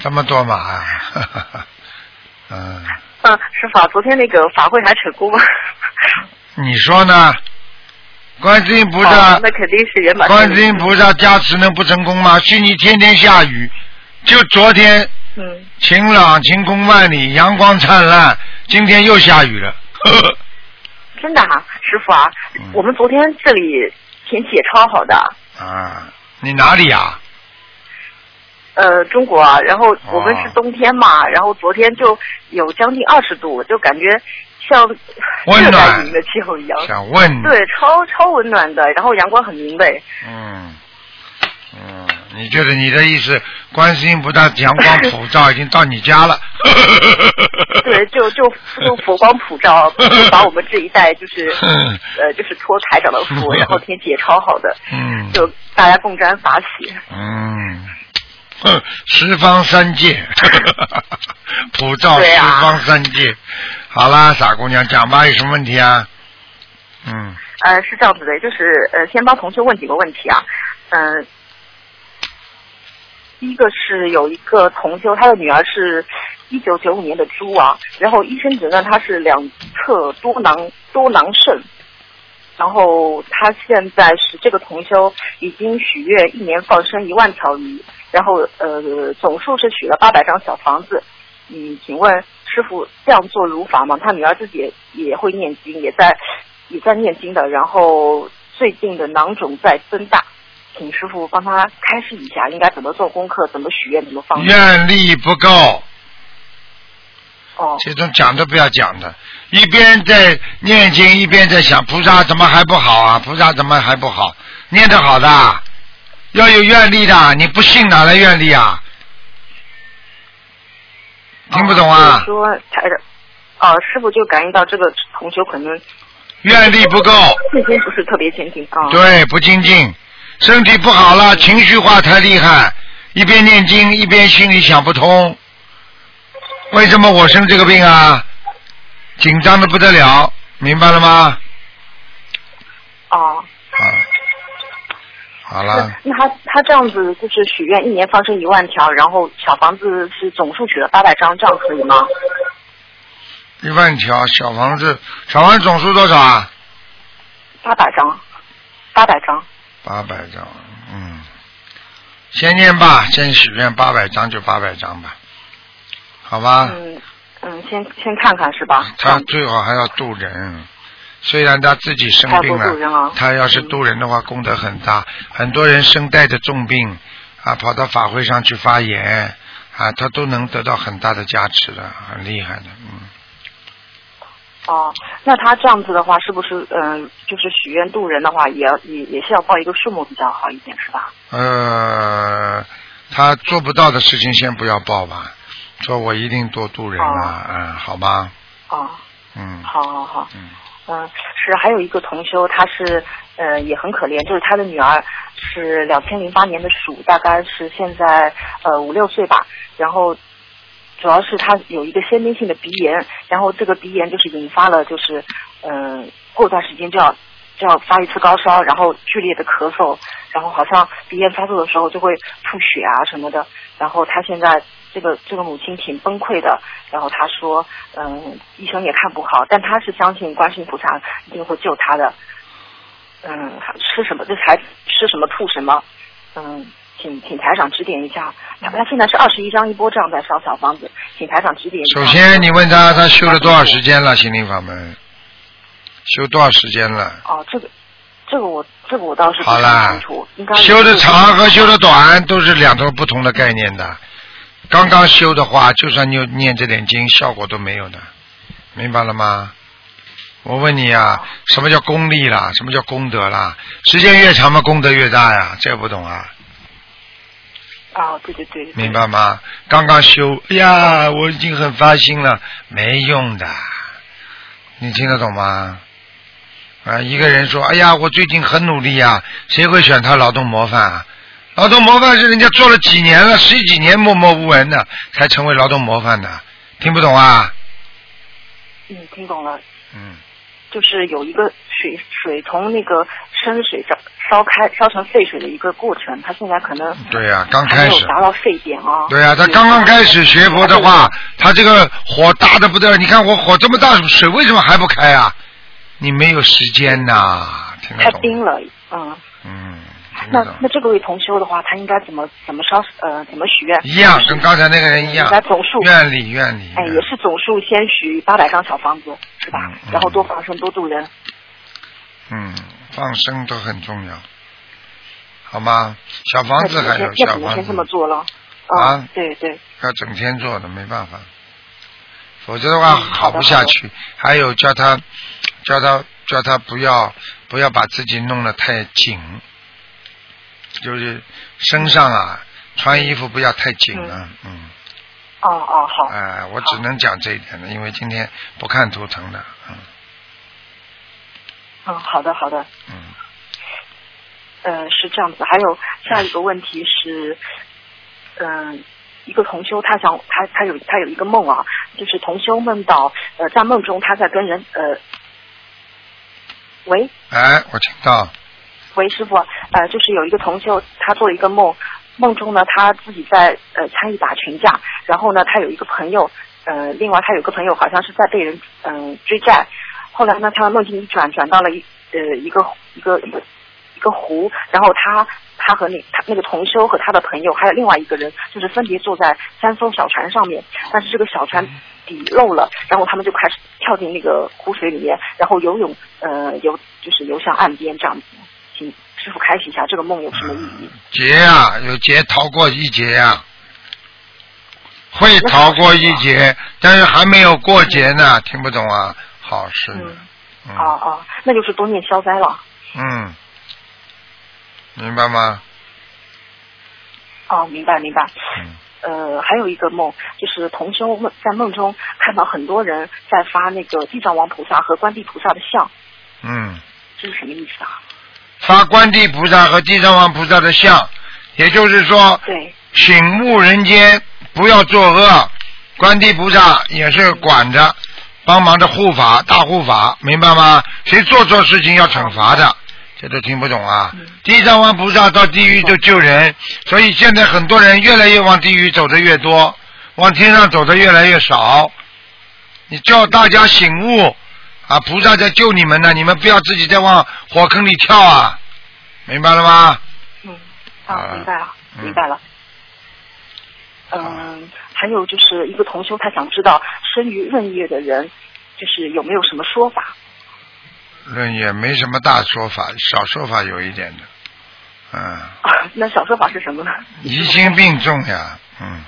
这么多马啊！哈哈哈。 嗯，
嗯，师傅啊，昨天那个法会还成功吗？
你说呢？观世音菩萨
哦，那肯定是圆满。
观世音菩萨加持能不成功吗？悉尼天天下雨，就昨天
嗯，
晴朗晴空万里，阳光灿烂，今天又下雨了。 呵呵
真的啊，师傅啊，
嗯
我们昨天这里天气也超好的，
啊，你哪里啊？
呃，中国啊，然后我们
哦
是冬天嘛，然后昨天就有将近二十度，就感觉像
温
热带
暖
雨的气候一样。
想问你，
对，超超温暖的，然后阳光很明媚。
嗯嗯，你就是你的意思，观世音菩萨阳光普照已经到你家了。呵呵呵呵呵
对，就就就佛光普照，就把我们这一代就是呃就是托台长的福，然后天气也超好的，
嗯
就大家共沾法喜。
嗯，哼十方三界， 普照
对
十
啊
方三界。好啦，傻姑娘，讲吧，有什么问题啊？嗯，
呃，是这样子的，就是呃，先帮同学问几个问题啊。嗯、第一个是有一个同修，他的女儿是一九九五年的猪啊，然后医生诊断她是两侧多囊多囊肾，然后他现在是这个同修已经许愿一年放生一万条鱼，然后呃总数是许了八百张小房子。嗯，请问师傅这样做如法吗？他女儿自己也也会念经，也在也在念经的，然后最近的囊肿在增大，请师傅帮他开示一下，应该怎么做功课，怎么许愿，怎么放生。
愿力不够，
哦，
这种讲都不要讲的。一边在念经，一边在想菩萨怎么还不好啊？菩萨怎么还不好？念得好的啊，要有愿力的，你不信哪来愿力啊？听不懂啊？
就是说台长，哦、师傅就感应到这个同学可能
愿力不够。
信心不是特别坚定啊。嗯
对，不精进，身体不好了，情绪化太厉害，一边念经一边心里想不通，为什么我生这个病啊？紧张的不得了，明白了吗？
哦、
啊，好了，
那那他他这样子就是许愿一年放生一万条，然后小房子是总数取了八百张，这样可以吗？
一万条小房子，小房子总数多少啊？
八百张，八百张。
八百张，嗯，先念吧，先许愿八百张就八百张吧，好吧？
嗯嗯，先先看看是吧？
他最啊好还要渡人，虽然他自己生病
他要多渡人
了
啊，
他要是渡人的话，功德很大。很多人生带着重病啊，跑到法会上去发言啊，他都能得到很大的加持的，很厉害的。嗯，
哦，那他这样子的话，是不是嗯、呃就是许愿渡人的话，也要也也是要报一个数目比较好一点，是吧？
呃，他做不到的事情先不要报吧，说我一定多度人
啊
了，嗯，好吧，
哦，
嗯
好好好，
嗯，
嗯，是还有一个同修，他是呃也很可怜，就是他的女儿是两千零八年的鼠，大概是现在呃五六岁吧，然后。主要是他有一个先天性的鼻炎，然后这个鼻炎就是引发了，就是嗯、呃过段时间就要就要发一次高烧，然后剧烈的咳嗽，然后好像鼻炎发作的时候就会吐血啊什么的。然后他现在这个这个母亲挺崩溃的，然后他说，嗯，医生也看不好，但他是相信观世音菩萨一定会救他的。嗯，吃什么？这孩子吃什么吐什么？嗯，请请台长指点一下。他他现在是二十一张一波这样在烧小房子，请台长指点一下。
首先你问他他修了多少时间了心灵法门，修多少时间了？
哦，这个这个我这个我倒是不
好
是
啦
很清楚，应该
修的
是
长和修的短都是两头不同的概念的。刚刚修的话，就算你念这点经，效果都没有的，明白了吗？我问你啊，什么叫功利啦？什么叫功德啦？时间越长嘛，功德越大呀，这个不懂啊，
啊，对对对，对
明。白吗？刚刚修，哎呀，我已经很发心了，没用的，你听得懂吗？啊，一个人说，哎呀，我最近很努力呀、啊谁会选他劳动模范啊？劳动模范是人家做了几年了，十几年默默无闻的，才成为劳动模范的，听不懂啊？
嗯，听懂了。
嗯，
就是有一个水水从那个生水烧烧开烧成沸水的一个过程，他现在可能
对呀、嗯刚
还
开
没有
始，
达到沸点啊。
对呀、他刚刚开始学佛的话，他这个火大的不得了。你看我火这么大，水为什么还不开啊？你没有时间呐、听得
太
懂？
冰了，嗯。
嗯，听
那
得懂
那这个位同修的话，他应该怎么怎么烧呃怎么许愿？
一样，跟刚才那个人一样
应该总数。
愿力，愿力。
哎，
愿力
也是总数先许八百张小房子，是吧？
嗯嗯
然后多放生，多度人。
嗯，放生都很重要，好吗？小房
那
子
怎么
还
先
有
那
小
怎么
房
先这么
子，
做了？
啊
嗯，对对，
要整天做的，没办法，否则的话
嗯好
好不
的好
下
的
去。还有叫他，叫他，叫他不要不要把自己弄得太紧，就是身上啊穿衣服不要太紧了，嗯，
哦哦好，
哎、我只能讲这一点了，因为今天不看图腾的，嗯
嗯好的好的，
嗯。
呃，是这样子。还有下一个问题是，嗯、一个同修他想他他有他有一个梦啊，就是同修梦到呃在梦中他在跟人呃，喂
哎，我听到，
喂师傅，呃就是有一个同修他做了一个梦，梦中呢他自己在呃参与打群架，然后呢他有一个朋友，呃另外他有个朋友好像是在被人嗯、呃追债，后来呢，他的梦境一转，转到了一呃一个一个一个一个湖，然后他他和那他那个同修和他的朋友还有另外一个人，就是分别坐在三艘小船上面，但是这个小船底漏了，然后他们就开始跳进那个湖水里面，然后游泳呃游就是游向岸边这样子。请师傅开始一下这个梦有什么意义？
劫啊，有劫逃过一劫啊，会逃过一劫，但是还没有过劫呢，听不懂啊，好事，
嗯，
嗯
哦哦，那就是多念消灾了。
嗯，明白吗？
哦，明白明白。
嗯，
呃，还有一个梦，就是同修梦在梦中看到很多人在发那个地藏王菩萨和观地菩萨的像，
嗯，
这是什么意思啊？
发观地菩萨和地藏王菩萨的像，也就是说，
对，
醒悟人间，不要作恶，观地菩萨也是管着，帮忙着护法，大护法，明白吗？谁做错事情要惩罚的，这都听不懂啊。
嗯
地藏王菩萨到地狱就救人，所以现在很多人越来越往地狱走的越多，往天上走的越来越少。你叫大家醒悟啊！菩萨在救你们呢，你们不要自己再往火坑里跳啊！明白了吗？
嗯，
啊
啊，明白了，
嗯
明白了。嗯，还有就是一个同修，他想知道生于闰月的人，就是有没有什么说法？
论也没什么大说法，小说法有一点的，嗯，
啊、那小说法是什么呢？
疑心病重呀，嗯，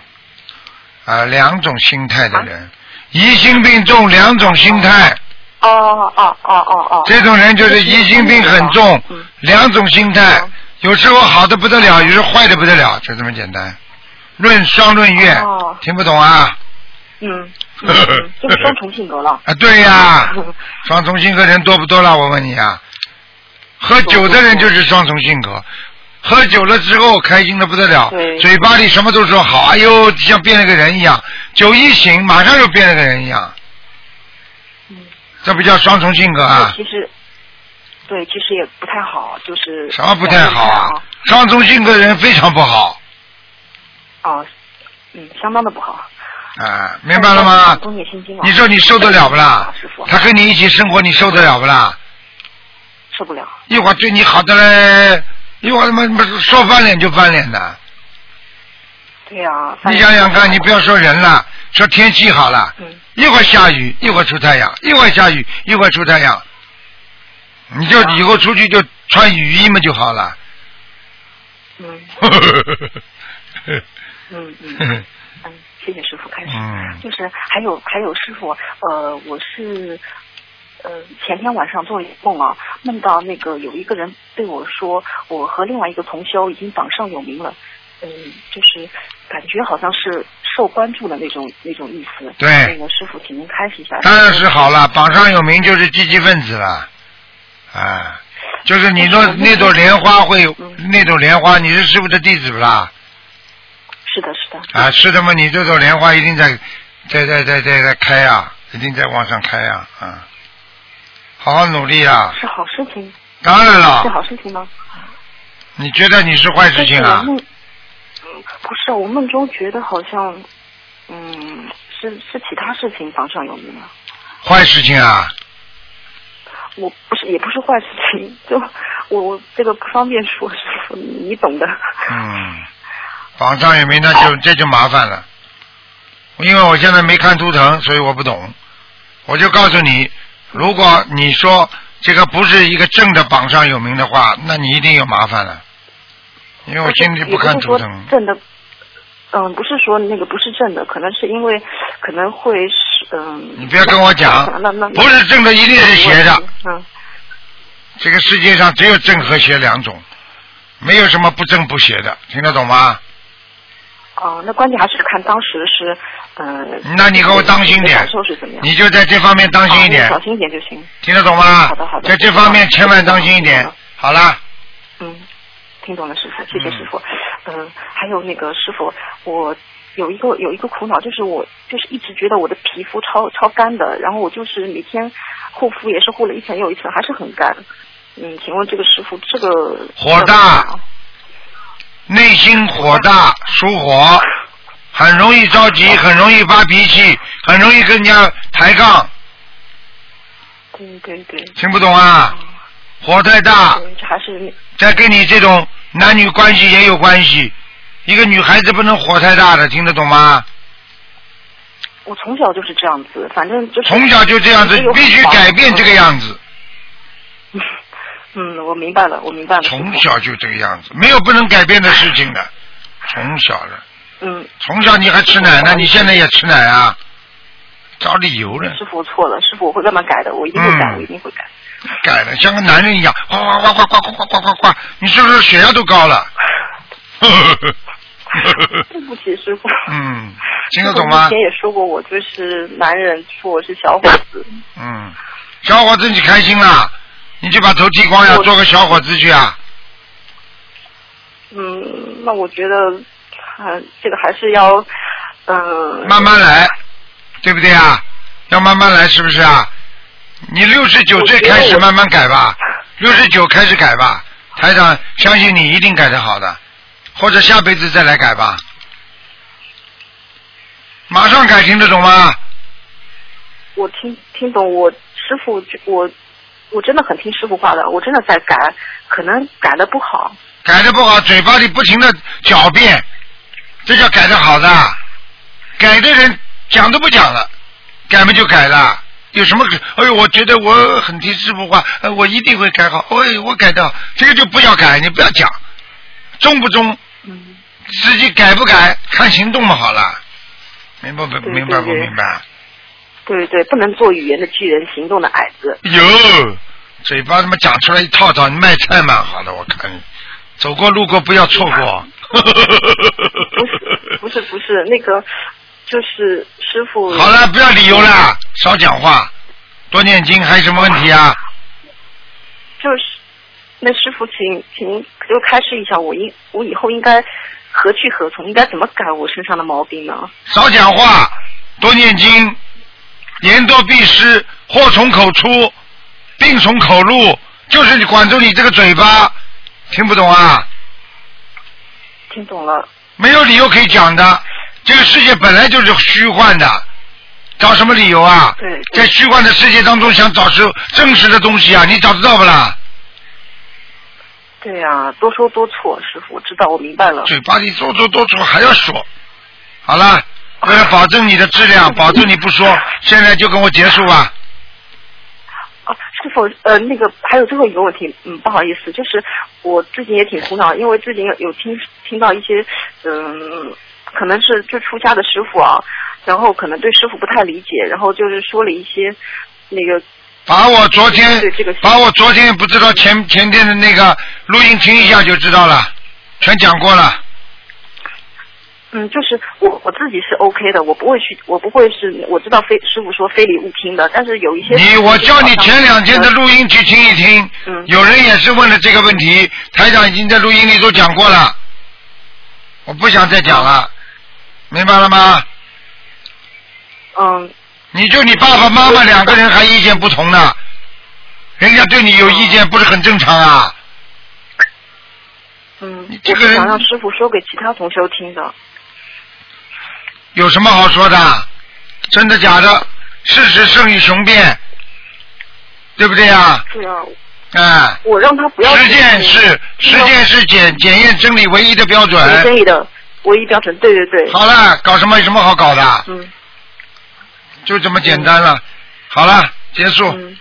啊，两种心态的人，疑心病重两种心态，
啊哦哦哦哦哦。
这种人就是疑心病很重，
嗯
两种心态，有时候好的不得了，有时候坏的不得了，就这么简单。论双论月，
哦
听不懂啊？
嗯，嗯嗯就是双重性格了。嗯
啊，对呀、双重性格人多不多啦？我问你啊，喝酒的人就是双重性格，喝酒了之后开心的不得了
对，
嘴巴里什么都说好，哎呦，像变了个人一样，酒一醒马上又变了个人一样，这不叫双重性格啊？
其实，对，其实也不太好，就是
什么不太好啊？双重性格人非常不好
啊，嗯，相当的不好。
啊，明白了吗？
工业心经啊
你说你受得了不啦
师傅？
他跟你一起生活，你受得了不啦？
受不了，
一会儿对你好的嘞，一会儿他妈不是说翻脸就翻脸的。
对啊呀。
你想想看，你不要说人了，说天气好了，
嗯
一会儿下雨，一会儿出太阳，一会儿下雨，一会儿出太阳，你就以后出去就穿雨衣嘛就好了。
嗯嗯嗯
嗯
嗯，谢谢师傅开始。
嗯
就是还有还有师傅，呃，我是呃前天晚上做了一个梦啊，梦到那个有一个人对我说，我和另外一个同修已经榜上有名了，嗯，就是感觉好像是受关注的那种那种意思。
对
那个师傅，请您开始一下。
当然是好了，榜上有名就是积极分子了，啊，就是你说
但是我
那朵莲花会有
嗯
那朵莲花，你是师傅的弟子不啦？
是的，是的，
啊，是的嘛，你这朵莲花一定在在在在在在开啊，一定在往上开啊，啊，好好努力啊！
是好事情，
当然
是
了，
好事情吗？
你觉得你是坏事
但是
情
我
啊？
梦，嗯，不是，我梦中觉得好像，嗯，是是其他事情榜上有名了。
坏事情啊？
我不是，也不是坏事情，就我我这个不方便说，师傅你懂的。
嗯，榜上有名那就这就麻烦了，因为我现在没看图腾，所以我不懂。我就告诉你，如果你说这个不是一个正的榜上有名的话，那你一定有麻烦了，因为我
就是
心里
也
不
不
看
是
图
说
腾。
正的，嗯，不是说那个不是正的，可能是因为可能会是嗯。
你不要跟我讲
那那，
不是正的一定是邪的。。
嗯，
这个世界上只有正和邪两种，没有什么不正不邪的，听得懂吗？
哦，那关键还是看当时是嗯。
那你给我当心点
感受是怎么样？
你就在这方面当心一点
哦啊那，小心一点就行。
听得懂吗
好的好？的
在这方面千万当心一
听
点
懂了。
好啦，
嗯，听懂了，师傅，谢谢
嗯
师傅。嗯、还有那个师傅，我有一个有一个苦恼，就是我就是一直觉得我的皮肤超超干的，然后我就是每天护肤也是护了一层又一层，还是很干。嗯，请问这个师傅，这个
火大内心火大，属火，很容易着急，很容易发脾气，很容易跟人家抬杠，
对对对，
听不懂啊？火太大，
嗯，这还是那
再跟你这种男女关系也有关系。一个女孩子不能火太大的，听得懂吗？
我从小就是这样子，反正就是
从小就这样子，
一直有
必须
很忙
改变这个。样子。
嗯，我明白了，我明白了。
从
师傅
小就这个样子，没有不能改变的事情的。从小的，
嗯，
从小你还吃奶呢，你现在也吃奶啊？找理由了，
师傅我错了，师傅我会慢慢改的，我一定会改，
嗯
我一定会改。
改了，像个男人一样，哗哗哗哗哗哗哗哗哗哗，你是不是血压都高了？
对不起，师傅。
嗯，听得懂吗
之前？也说过，我就是男人，说我是小伙子。
嗯，小伙子你开心啦，你就把头剃光呀，
我
做个小伙子去啊。
嗯，那我觉得，呃，这个还是要，嗯、
慢慢来，对不对啊？要慢慢来，是不是啊？你六十九岁开始慢慢改吧，六十九开始改吧，台长相信你一定改得好的，或者下辈子再来改吧。马上改，听得懂吗？
我听听懂我师傅，我我真的很听师傅话的，我真的在改，可能改的不好。
改的不好，嘴巴里不停的狡辩，这叫改的好的。改的人讲都不讲了，改嘛就改了，有什么可？哎呦，我觉得我很听师傅话，呃我一定会改好。哎，我改的好，这个就不要改，你不要讲，中不中，
嗯，
自己改不改，看行动嘛，好了。明白不？
对
明白不
对对
明白？
对对对，不能做语言的巨人，行动的矮子。
有，嘴巴他妈讲出来一套套，你卖菜蛮好的，我看你走过路过不要错 过。
不是不是不是，那个就是师傅。
好了，不要理由了，少讲话，多念经，还有什么问题啊？
就是，那师傅请请就开示一下，我应我以后应该何去何从，应该怎么改我身上的毛病呢？
少讲话，多念经，言多必失，祸从口出，病从口入，就是你管住你这个嘴巴，听不懂啊？
听懂了，
没有理由可以讲的。这个世界本来就是虚幻的，找什么理由啊？
对
在虚幻的世界当中想找出真实的东西啊，你找得到不啦？
对呀、多说多错，师傅，我知道，我明白了。
嘴巴里多说多说还要说，好了，为了保证你的质量，保证你不说，现在就跟我结束吧。
啊，师傅，呃，那个还有最后一个问题，嗯，不好意思，就是我最近也挺苦恼，因为最近有听听到一些，嗯，可能是就出家的师傅啊，然后可能对师傅不太理解，然后就是说了一些那个
把我昨天
对这个是，
把我昨天不知道前前天的那个录音听一下就知道了，全讲过了。
嗯，就是我我自己是 OK 的，我不会去，我不会是，我知道非师傅说非礼勿听的，但是有一些
你我叫你前两天的录音去听一听，
嗯
有人也是问了这个问题，台长已经在录音里都讲过了，我不想再讲了，明白了吗？
嗯，
你就你爸爸妈妈两个人还意见不同呢，人家对你有意见不是很正常啊？
嗯
你，这
我
个人
是想让师傅说给其他同修听的，
有什么好说的？真的假的？事实胜于雄辩，对不对啊？
对啊，
哎、
我让他不要
实践是实
听到
践是检检验真理唯一的标
有争
准。
议的唯一标准，对对对，
好了，搞什么有什么好搞的？
嗯
就这么简单了。好了，结束。
嗯，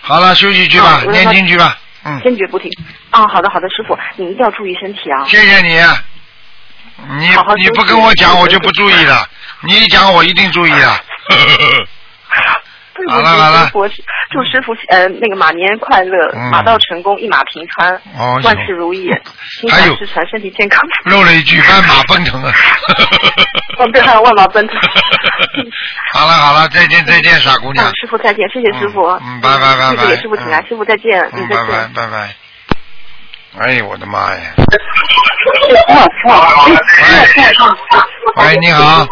好了，休息去吧，
嗯我让
念
他
经去吧。嗯，
坚决不听。啊，好的好的，师傅，你一定要注意身体啊。
谢谢你。你
好好
你
休
不
息
跟我讲，
好
我就不注意了。你一讲，我一定注意了。
对
好
对
了好了
对，师傅，祝师傅呃那个马年快乐，
嗯
马到成功，一马平川，
哦
万
哟
事如意，心
还有
想事成，身体健 康。
漏了一句万马奔腾啊！
哦，对，还有万马奔腾。
好了好了，再见再见，傻姑
嗯
娘，。
师傅再见，谢谢师傅。啊
嗯嗯拜拜拜拜
谢谢给师傅请来，
嗯
师傅再见，
嗯，
再
拜
见。
拜拜拜。哎呦我的妈呀！
啊
喂喂，你好，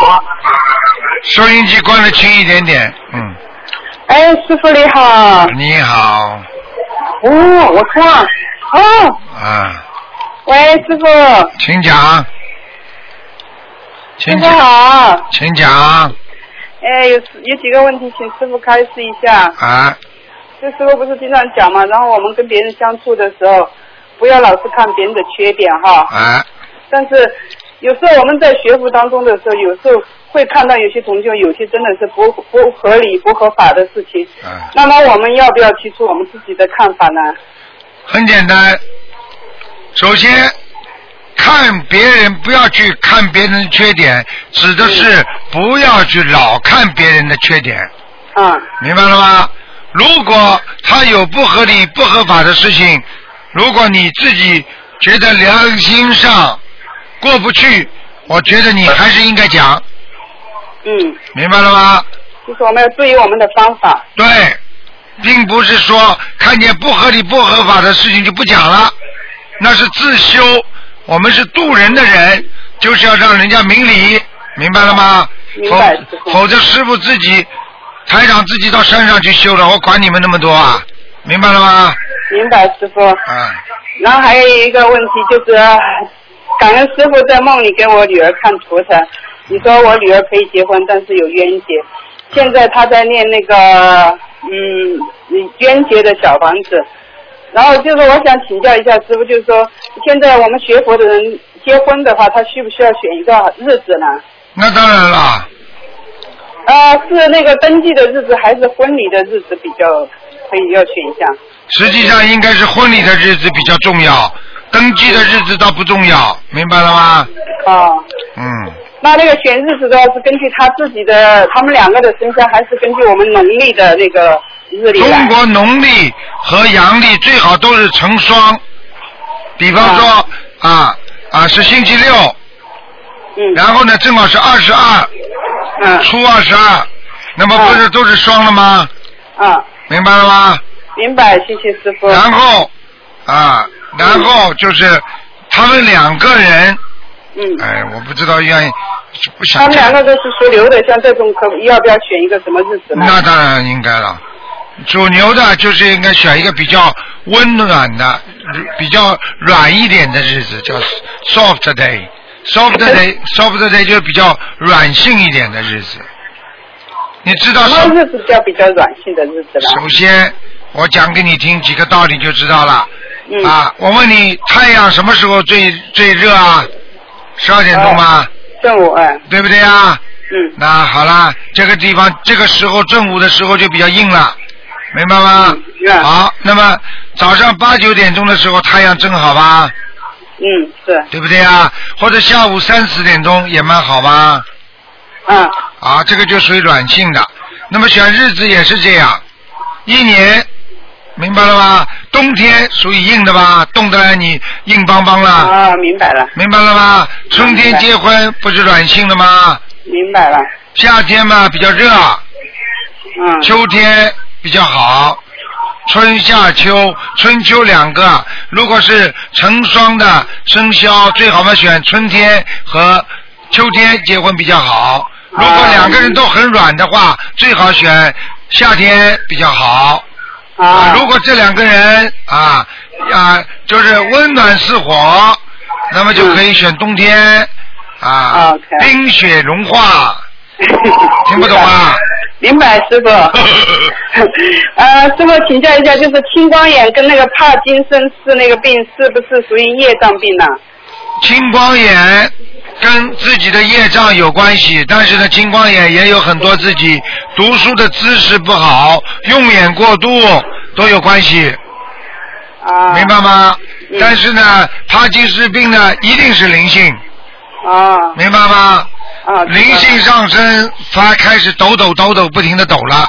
收音机关的轻一点点。嗯，
哎，师傅你
啊
好。
你好
哦，我看。哦，
啊，
喂，师傅，
请讲，请
师傅
讲，
好。
请讲
哎，有有几个问题，请师傅开示一下。
啊！
这师傅不是经常讲嘛，然后我们跟别人相处的时候，不要老是看别人的缺点哈。
哎，
但是有时候我们在学佛当中的时候，有时候会看到有些同学有些真的是不不合理、不合法的事情。
啊，
那么我们要不要提出我们自己的看法呢？
很简单。首先，看别人不要去看别人的缺点，指的
嗯
是不要去老看别人的缺点，
啊、
明白了吗？如果他有不合理、不合法的事情，如果你自己觉得良心上过不去，我觉得你还是应该讲，
嗯，
明白了吗？
就是我们要注意我们的方法。
对，并不是说看见不合理、不合法的事情就不讲了，那是自修。我们是渡人的人，就是要让人家明理，明白了吗？
明
否
白师傅
否则师傅自己，台长自己到山上去修了，我管你们那么多啊？明白了吗？
明白，师傅。
啊，
然后还有一个问题就是，感恩师傅在梦里给我女儿看图腾，你说我女儿可以结婚，但是有冤结。现在她在念那个嗯冤结的小房子，然后就是我想请教一下师傅，就是说现在我们学佛的人结婚的话，他需不需要选一个日子呢？
那当然了，
啊，是那个登记的日子还是婚礼的日子比较可以要选一下？
实际上应该是婚礼的日子比较重要，登记的日子倒不重要，明白了吗？
啊，
嗯，
那那个选日子的话是根据他自己的，他们两个的生肖，还是根据我们农历的那个日历来
中？国农历和阳历最好都是成双，比方说啊啊是星期六，
嗯
然后呢正好是二十二，
嗯
初二十二，那么不是都是双了吗？
啊，哎
明白了吗？
明白，谢谢师傅。
然后啊，然后就是他们两个人，
嗯，
哎，我不知道愿意不想
他们
这
两
样
个都是属牛的，像这种可要不要选一个什么日子呢？
那当然应该了。属牛的就是应该选一个比较温暖的、比较软一点的日子，叫 soft day。soft day soft day 就是比较软性一点的日子。你知道
什
首
么日子叫比较软性的日子呢？
首先，我讲给你听几个道理就知道了。
嗯，
啊，我问你，太阳什么时候最最热啊？十二点钟吗？
正午，哎，
对不对啊？
嗯，
那好啦，这个地方这个时候正午的时候就比较硬了，明白吗
嗯？是
好，那么早上八九点钟的时候太阳正好吧，
嗯，是，
对不对啊？或者下午三四点钟也蛮好吧？
嗯，
啊，这个就属于软性的。那么选日子也是这样，一年，明白了吧？冬天属于硬的吧，冻得来你硬邦邦了，
啊，明白了，
明白了吧？春
明
天
白
结婚不是软性的吗？
明白了，
夏天嘛比较热，
嗯，
秋天比较好，春夏秋，春秋两个。如果是成双的生肖，最好嘛选春天和秋天结婚比较好。如果两个人都很软的话，最好选夏天比较好。
啊，
如果这两个人啊啊，就是温暖似火，那么就可以选冬天啊
OK，
冰雪融 化，听不懂啊？
明白，哎师傅。 呃，师傅请教一下，就是青光眼跟那个帕金森氏那个病是不是属于业障病呢、
青光眼跟自己的业障有关系，但是呢，青光眼也有很多自己读书的姿势不好、用眼过度都有关系，
啊？
明白吗？
嗯
但是呢，帕金氏病呢一定是灵性，
啊
明白吗？
啊，
灵性上升，发开始抖抖抖抖，不停的抖了，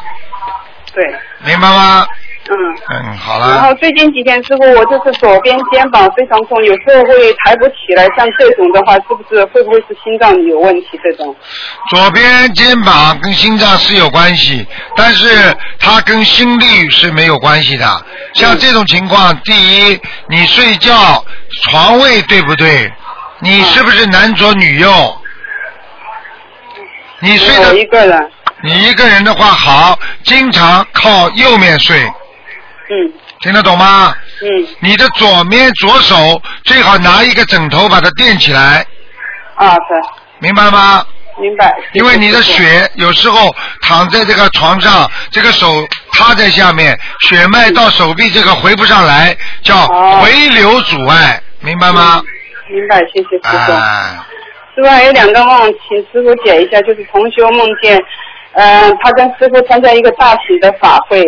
对，
明白吗？
嗯。
嗯，好
然后
了，
最近几天，师傅，我就是左边肩膀非常痛，有时候会抬不起来。像这种的话，是不是会不会是心脏有问题？这种
左边肩膀跟心脏是有关系，但是它跟心率是没有关系的。像这种情况，第一，你睡觉床位对不对？你是不是男左女右？你睡
我
的
一个人，
你一个人的话好，经常靠右面睡，
嗯
听得懂吗？
嗯
你的左面左手最好拿一个枕头把它垫起来，
啊，对，
明白吗？
明白。谢谢
因为你的
师傅
血有时候躺在这个床上，这个手塌在下面，血脉到手臂这个回不上来，叫
哦
回流阻碍，明白吗？
明白，谢谢师傅。
哎，
师傅还有两个梦，请师傅解一下，就是同修梦见，嗯、他跟师傅参加一个大型的法会，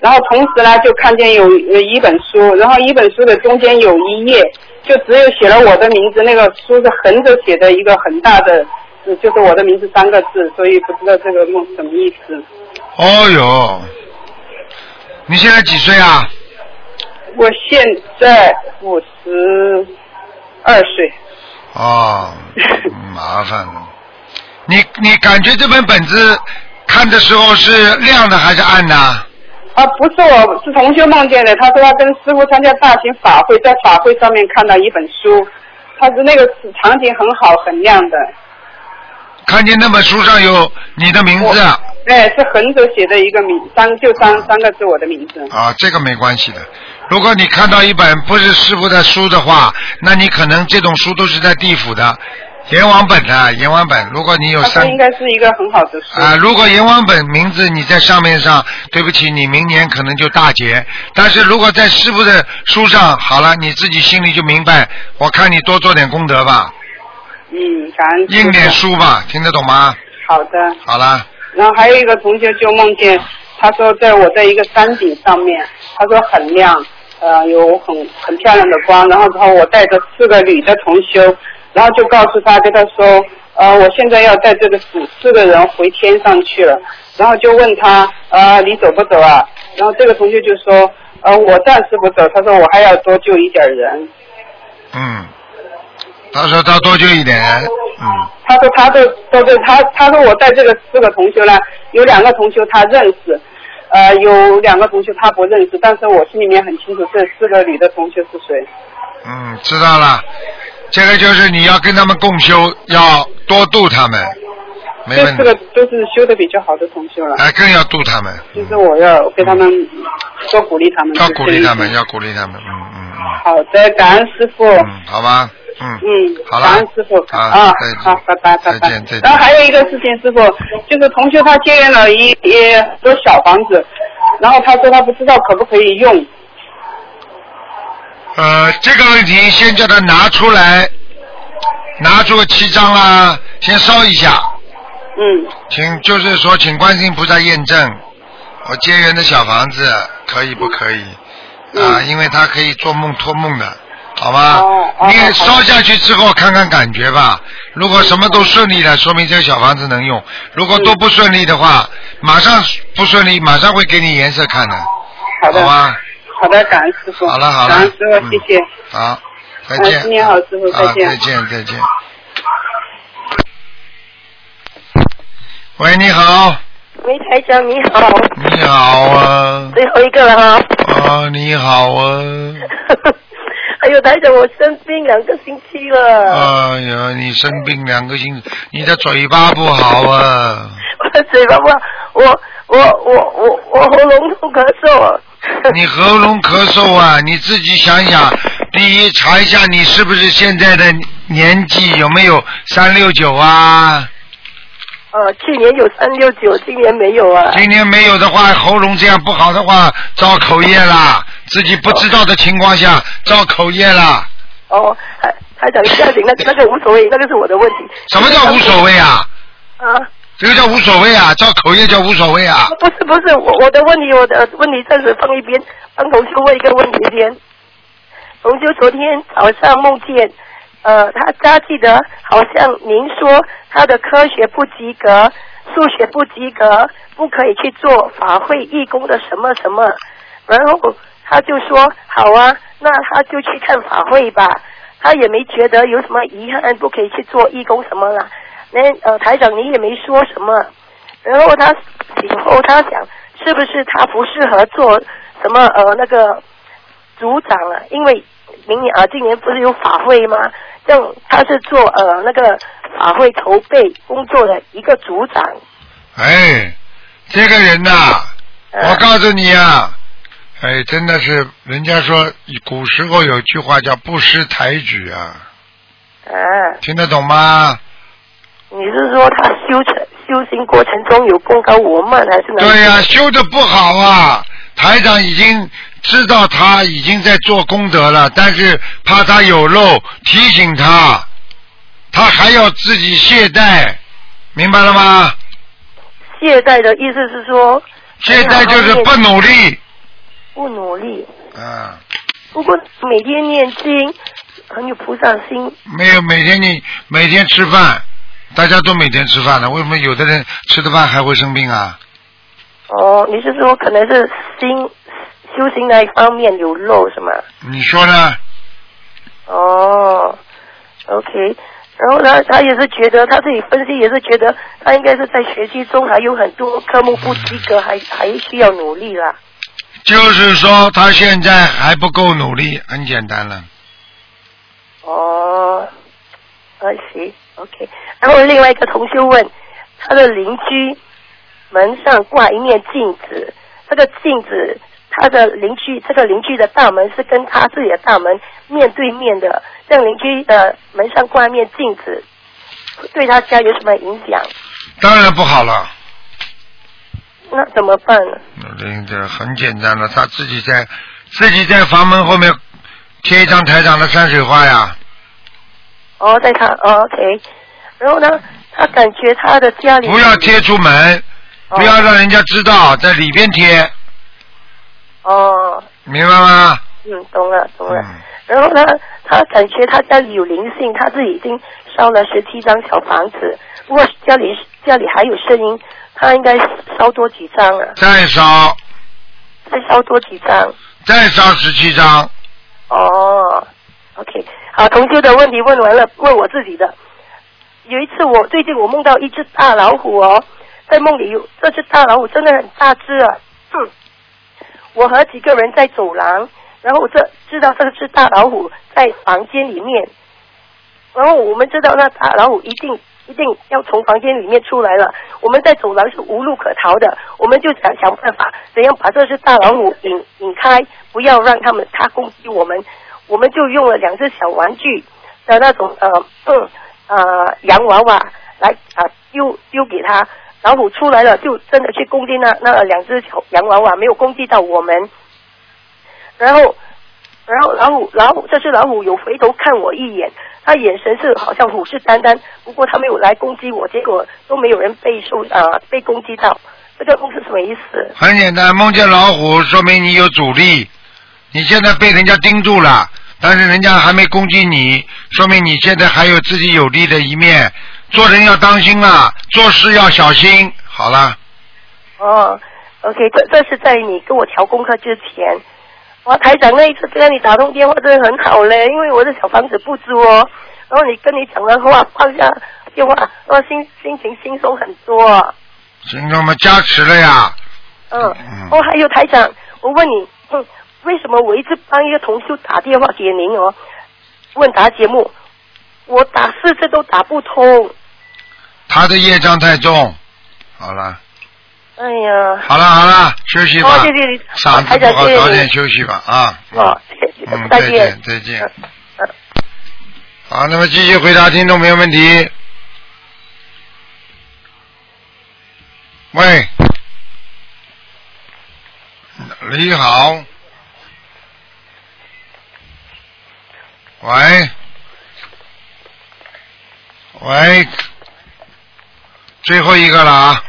然后同时呢就看见有呃一本书，然后一本书的中间有一页就只有写了我的名字，那个书是横着写的一个很大的，呃就是我的名字三个字，所以不知道这个梦什么意思。
哦哟，你现在几岁啊？
我现在五十二岁，
哦，麻烦了。你你感觉这本本子看的时候是亮的还是暗的？
啊，不是我，是同修梦见的。他说他跟师傅参加大型法会，在法会上面看到一本书，他说那个场景很好，很亮的，
看见那本书上有你的名字啊，
哎，是横着写的一个名，三就三三个字我的名字。
啊这个没关系的。如果你看到一本不是师傅的书的话，那你可能这种书都是在地府的阎王本的阎王本。如果你有
他说
三
啊应该是一个很好的书。
啊、如果阎王本名字你在上面上，对不起，你明年可能就大劫。但是如果在师傅的书上，好了，你自己心里就明白。我看你多做点功德吧，
嗯，感恩师
印点
傅。
书吧，听得懂吗？
好的。
好了，
然后还有一个同学就梦见，他说在我在一个山顶上面，他说很亮，呃，有很很漂亮的光。然后然后我带着四个女的同修，然后就告诉他，跟他说，呃，我现在要带这个死四个人回天上去了，然后就问他，呃，你走不走啊？然后这个同学就说，呃，我暂时不走，他说我还要多救一点人，
嗯，他说他多救一点人，嗯，
他说他这都是他他说我带这个四个同学呢，有两个同学他认识，呃，有两个同学他不认识，但是我心里面很清楚这四个女的同学是谁。
嗯，知道了，这个就是你要跟他们共修，要多度他们，没
这
问
四
题
个，都是修的比较好的同修了。
哎，更要度他们，
就是我要给他们多鼓励他们，
嗯要鼓励他们，
就是
要鼓励他们，嗯嗯嗯
好的，感恩师傅。
嗯，好吧，嗯，
嗯，
好了
感恩师傅
啊再见
好，拜拜，拜拜。
再见再见
然后还有一个事情，师傅就是同学他结缘了一一个小房子，然后他说他不知道可不可以用，
呃，这个问题先叫他拿出来，拿出个七张啦，先烧一下，
嗯，
请就是说，请观世音菩萨验证我结缘的小房子可以不可以啊？因为他可以做梦托梦的，好吗
嗯哦？哦
你也
好的
烧下去之后看看感觉吧。如果什么都顺利了，说明这个小房子能用；如果都不顺利的话，
嗯
马上不顺利，马上会给你颜色看的，
好的，
好啊吧？
好的，感恩师傅，
好了好
感
了
恩师，傅，
嗯
谢谢。
好，再
啊
见。
新年好师傅
啊
再见
再见，再见。喂，你好，
梅台长你好，
你好啊，
最后一个了哈。
啊，你好啊，
哎呦，台长，我生病两个星期了，
哎呀，你生病两个星期，你的嘴巴不好啊，
我的嘴巴不好，我我我我我喉咙痛咳嗽。
你喉咙咳嗽啊，你自己想想，第一查一下你是不是现在的年纪有没有三六九啊，
呃，去年有三六九，今年没有啊。
今年没有的话，喉咙这样不好的话，造口业啦，自己不知道的情况下造口业啦，
哦，台台长，不要紧，那个那个无所谓，那个是我的问题。
什么叫无所谓啊？
啊？
这个叫无所谓啊，造口业叫无所谓啊。
不是不是，我我的问题我的问题暂时放一边，帮同修问一个问题先。同修昨天早上梦见，呃，他他记得好像您说他的科学不及格，数学不及格，不可以去做法会义工的什么什么，然后他就说好啊，那他就去看法会吧，他也没觉得有什么遗憾，不可以去做义工什么啦。那呃，台长你也没说什么，然后他醒后，他想是不是他不适合做什么呃那个组长啊？因为明年啊，今年不是有法会吗？这样他是做呃那个法会筹备工作的一个组长。
哎，这个人呐、
呃、
我告诉你啊，哎，真的是，人家说古时候有句话叫不识抬举啊，
啊，
听得懂吗？
你是说他修成修行过程中有功高我慢还是哪里？
对呀、修的不好啊！台长已经知道他已经在做功德了，但是怕他有漏，提醒他，他还要自己懈怠，明白了
哎
吗？
懈怠的意思是说
懈怠就是不努力，
不努力，
啊，
不过每天念经很有菩萨心，
没有每天你每天吃饭，大家都每天吃饭了，为什么有的人吃的饭还会生病啊？
哦，你是说可能是心修行那一方面有漏是吗？
你说呢？
哦，OK。然后他他也是觉得他自己分析也是觉得他应该是在学习中还有很多科目不及格，还还需要努力啦。
就是说他现在还不够努力，很简单了。
哦，二十 OK。然后另外一个同学问，他的邻居门上挂一面镜子，这个镜子，他的邻居这个邻居的大门是跟他自己的大门面对面的，这样邻居的门上挂一面镜子，对他家有什么影响？
当然不好了。
那怎么办呢？
这这很简单了，他自己在自己在房门后面贴一张台长的山水画呀。
哦，在他、哦、OK，然后呢，他感觉他的家里
不要贴出门，不要让人家知道，在里边贴，
哦，
明白吗？
嗯，懂了懂了。
嗯
然后呢，他感觉他家里有灵性，他是已经烧了十七张小房子，如果家里家里还有声音，他应该烧多几张啊？
再烧
再烧多几张？
再烧十七张，
哦，OK，好，同修的问题问完了，问我自己的。有一次我最近我梦到一只大老虎哦，在梦里有这只大老虎真的很大只啊。嗯、我和几个人在走廊，然后我这知道这只大老虎在房间里面，然后我们知道那大老虎一定一定要从房间里面出来了，我们在走廊是无路可逃的，我们就想想办法怎样把这只大老虎引引开，不要让他们它攻击我们，我们就用了两只小玩具的那种呃嗯呃洋娃娃来啊、丢丢给它，老虎出来了就真的去攻击那那两只小洋娃娃，没有攻击到我们，然后。然后老虎，老虎，这只老虎有回头看我一眼，它眼神是好像虎视眈眈，不过它没有来攻击我，结果都没有人被受啊、被攻击到，这个梦是什么意思？
很简单，梦见老虎说明你有阻力，你现在被人家盯住了，但是人家还没攻击你，说明你现在还有自己有利的一面。做人要当心啊，做事要小心。好了，
哦，OK，这这是在你跟我调功课之前。哇，台长那一次跟你打通电话真的很好嘞，因为我的小房子不足哦。然后你跟你讲的话放下电话，哇，心心情轻松很多。
行，那么加持了呀。
嗯，哦，还有台长，我问你，嗯，为什么我一直帮一个同修打电话给您哦？问答节目，我打四次都打不通。
他的业障太重。好了，
哎呀，
好了，好了，休息吧。
哦谢谢你
嗓子
台长
不好，
谢谢
早
你
点休息吧啊。
哦，谢谢
嗯，
再
再见，
见。
再见。好，那么继续回答听众朋友问题。喂，你好。喂，喂，最后一个了啊。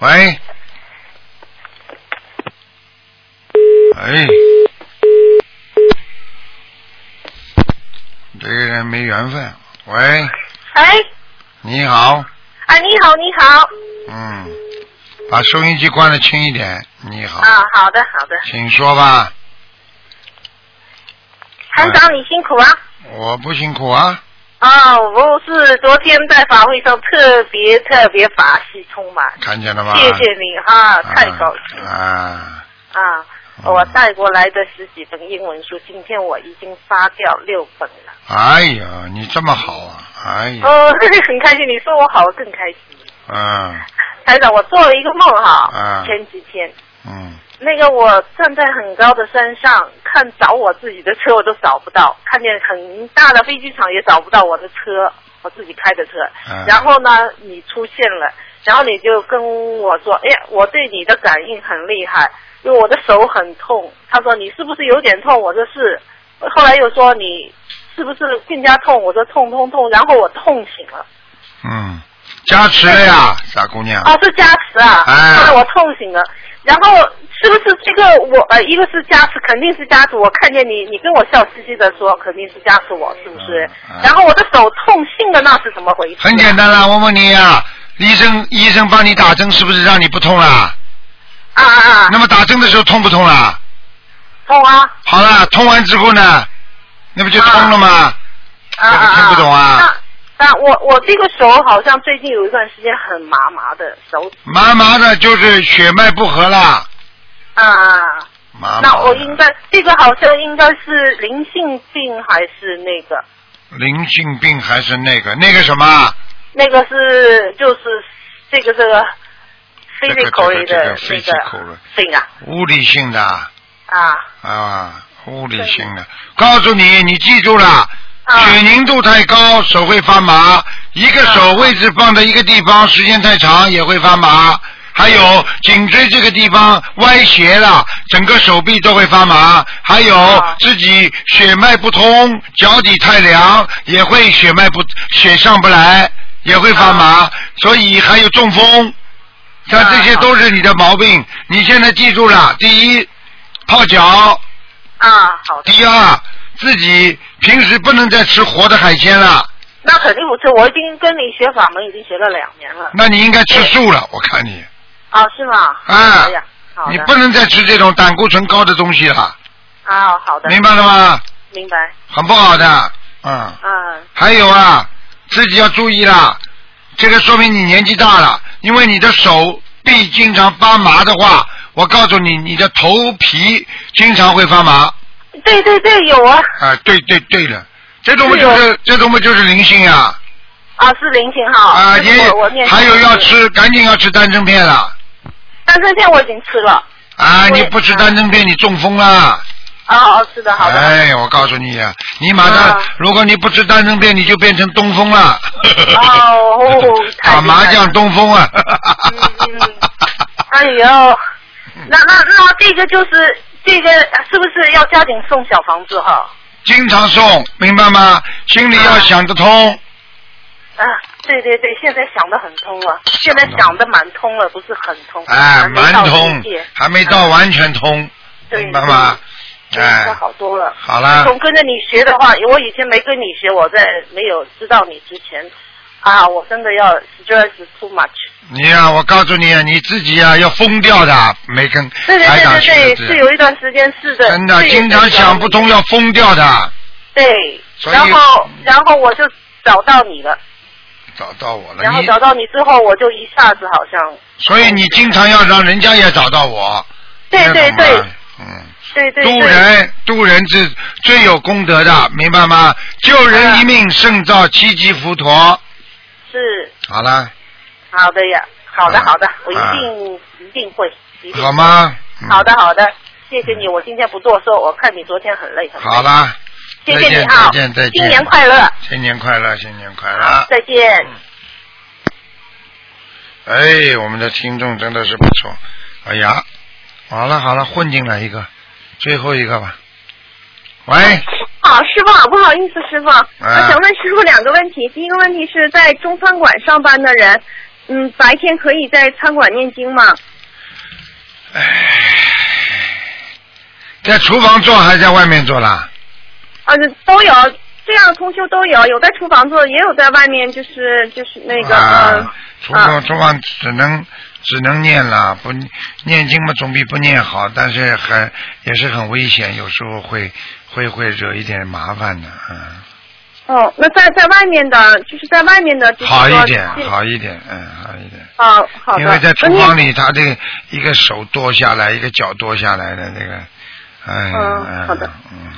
喂，哎。这个人没缘分。喂，
哎，
你好，
啊，你好，你好，
嗯，把收音机关的轻一点。你好，
啊，好的，好的，
请说吧，
韩长你辛苦啊。
我不辛苦啊。
啊，我是昨天在法会上特别特别法喜充满，
看见了吗？
谢谢你哈、太高兴
兴啊！
啊！我带过来的十几本英文书，今天我已经发掉六本了。
哎呀，你这么好啊！哎呀，
哦， 很开心，你说我好，我更开心。
嗯
台长，我做了一个梦哈、
啊
前几天
嗯，
那个我站在很高的山上，看找我自己的车我都找不到，看见很大的飞机场也找不到我的车，我自己开的车。
啊
嗯
然后呢，你出现了，然后你就跟我说：“哎呀，我对你的感应很厉害，因为我的手很痛。”他说：“你是不是有点痛？”我说：“是。”后来又说：“你是不是更加痛？”我说：“痛痛痛。”然后我痛醒了。
嗯，加持了呀，傻姑娘。
哦，是加持啊！
哎
后来我痛醒了，然后是不是这个我呃，一个是加持，肯定是加持。我看见你，你跟我笑嘻嘻的说，肯定是加持我，是不是？
嗯
然后我的手痛醒了，那是怎么回事？
很简单
啊
啦，我问你呀，医生医生帮你打针是不是让你不痛啦？
啊啊！
那么打针的时候痛不痛啦？
痛啊！
好啦，痛完之后呢，那不就通了吗？
啊啊啊！
听不懂啊？
但我我这个手好像最近有一段时间很麻麻的手，
麻麻的，就是血脉不和啦。
啊啊！啊
麻
那
麻
我应该这个好像应该是灵性病还是那个？
灵性病还是那个那个什么？
那个是就是这个这个
这个
physical
这
的
个这
那
个 physical
个
的
病啊
物理性的
啊
啊，物理性的。告诉你，你记住了，血凝度太高，手会发麻。一个手位置放在一个地方时间太长也会发麻。还有颈椎这个地方歪斜了，整个手臂都会发麻。还有自己血脉不通，脚底太凉也会血脉不血上不来，也会发麻。所以还有中风，像这些都是你的毛病。你现在记住了，第一泡脚，
啊，好的。
第二，自己平时不能再吃活的海鲜了，
那肯定不吃，我已经跟你学法门已经学了两年了。
那你应该吃素了。我看你，
啊，是吗？
啊
哎呀，好的。
你不能再吃这种胆固醇高的东西了，
啊，好的。
明白了？吗？
明白。
很不好的，嗯。
嗯，
还有啊，自己要注意啦，这个说明你年纪大了，因为你的手臂经常发麻的话，我告诉你，你的头皮经常会发麻。
对对对，有啊，
啊，对对对了，这种不就是这种不就是灵性啊？
啊，是林琴哈。
啊，
这
也
是
有
我我念经
还有要，吃，赶紧要吃丹参片了。
丹参片我已经吃了。
啊，
我
你不吃丹参片，你中风了。
啊，哦，是的，嗯好的。
哎，我告诉你呀、你马上、
啊
如果你不吃丹参片，你就变成东风了。
哦哦太厉害了
打麻将东风啊！
嗯嗯哎呦，
嗯
那那那这个就是这个是不是要加紧送小房子哈？
经常送，明白吗？心里要
嗯
想得通。
啊，对对对，现在想的很通了，现在想的蛮通了，不是很通。
哎，蛮
还没到
通
境界，
还没到完全通，
对
明白吗？
对
哎
这，好多了。
好啦
总跟着你学的话，我以前没跟你学，我在没有知道你之前，啊，我真的要 stress too much。
你呀、我告诉你、啊，你自己呀、要疯掉的，没跟
对对
台长
对对
学
对，
的
是有一段时间是的，
真的
是有
经常想不通，要疯掉的。
对，
所以
然后然后我就找到你了，
找到我了，
嗯然后
你
找到你之后，我就一下子好像，
所以你经常要让人家也找到我。
对
听得
对
懂
对
吗，嗯。
对对
渡
对，
人，渡人是最有功德的，明白吗？救人一命胜造七级浮屠。
是
好了，
好的呀，好的
嗯
好的，我一
嗯
定一定会，一定
好？吗？嗯
好的好的，谢谢你，我今天不做寿，我看你昨天很累很累，
好了，
谢谢你
再
啊，
见再见
新年快乐，
新年快乐，新年快乐。
再
嗯
见。
哎，我们的听众真的是不错。哎呀，好了好了，混进来一个，最后一个吧。喂，
好，师傅好，不好意思，师傅，我
哎
想问师傅两个问题。第一个问题是在中餐馆上班的人，嗯，白天可以在餐馆念经吗？
在厨房做还是在外面做啦？
啊，都有，这样同修都有，有在厨房做，也有在外面，就是就是那个，嗯
啊，厨
啊
房厨房只能只能念了，不念经嘛总比不念好，但是很也是很危险，有时候会会会惹一点麻烦的，嗯，
哦，那在在外面的，就是在外面的，就是说
好一点，
进
好一点，嗯，好一点。
啊，好的，
因为在厨
那念
房里，他这个一个手剁下来，一个脚剁下来的这个，哎，
嗯
哎
好的，
嗯，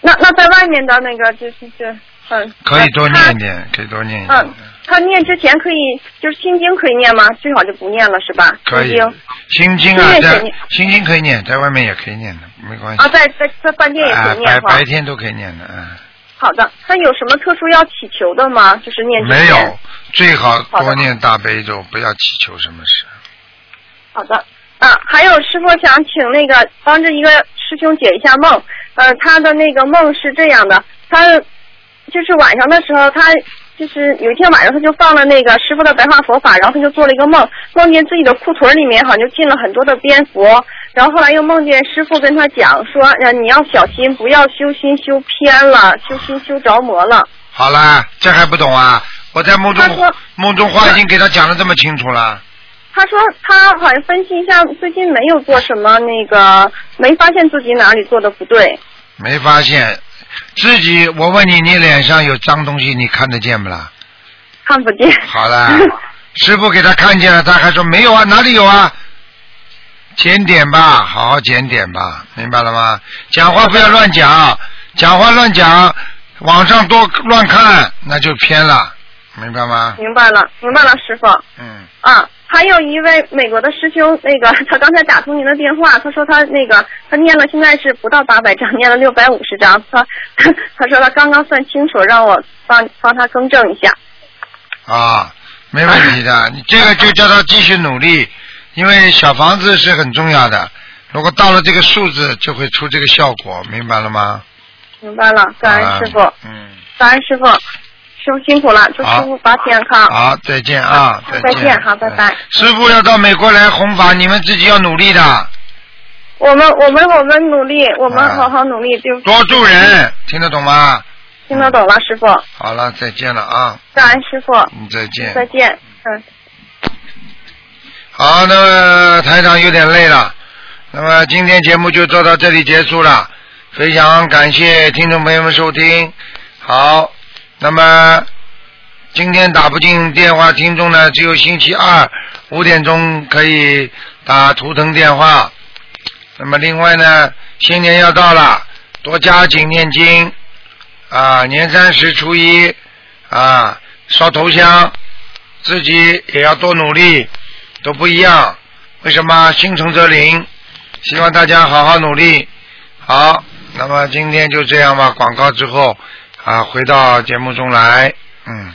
那那在外面的那个就是就嗯，
可以多
他
念点，可以多念一点
嗯，，他念之前可以，就是心经可以念吗？最好就不念了是吧？
可以
心
心
经。
经啊，
谢谢
在
你
心经可以念，在外面也可以念的，没关系
啊，。在在在饭店也可
哎
以，
白
念哈。
白天都可以念的，嗯。
好的，那有什么特殊要祈求的吗？就是念之前
没有。，最好
好
多
的
念大悲咒，不要祈求什么事。
好的，啊，还有师傅想请那个帮着一个师兄解一下梦，呃，他的那个梦是这样的，他就是晚上的时候，他就是有一天晚上他就放了那个师傅的白话佛法，然后他就做了一个梦，梦见自己的裤腿里面好像就进了很多的蝙蝠，然后后来又梦见师傅跟他讲说，呃，你要小心，不要修心修偏了，修心修着魔了。
好啦，这还不懂啊？我在梦
他
中
说
梦中话已经给他讲的这么清楚了。
他说他好像分析一下，最近没有做什么那个，没发现自己哪里做的不对。
没发现自己？我问你，你脸上有脏东西，你看得见不啦？
看不见。
好 啦，师傅给他看见了，他还说没有啊，哪里有啊？检点吧，好好检点吧，明白了吗？讲话不要乱讲，讲话乱讲，网上多乱看，那就偏了，明白吗？
明白了，明白了，师傅。
嗯。
啊，还有一位美国的师兄，那个 他刚才打通您的电话，他说他那个他念了，现在是不到八百章，念了六百五十章。他 他说他刚刚算清楚，让我帮帮他更正一下。
啊，没问题 的，你这个就叫他继续努力，因为小房子是很重要的。如果到了这个数字，就会出这个效果，明白了吗？
明白了，感
啊
恩师傅，
嗯，
感恩师傅，师傅辛苦了，祝
好
师傅保体安康。
好，再见啊，
好
见，嗯
再见好拜拜
师傅要到美国来弘法，你们自己要努力的。
我们我们我们努力，我们好好努力，对不起。
啊多助人，听得懂吗？
听得懂了，师傅，
好了，再见了啊，
感恩师傅，
嗯，再见。
再见，嗯。
好，那么台长有点累了，那么今天节目就做到这里结束了，非常感谢听众朋友们收听。好，那么今天打不进电话听众呢，只有星期二五点钟可以打图腾电话。那么另外呢，新年要到了，多加紧念经啊，年三十、初一啊，烧头香，自己也要多努力。都不一样。为什么心诚则灵？希望大家好好努力。好，那么今天就这样吧。广告之后啊，回到节目中来。嗯。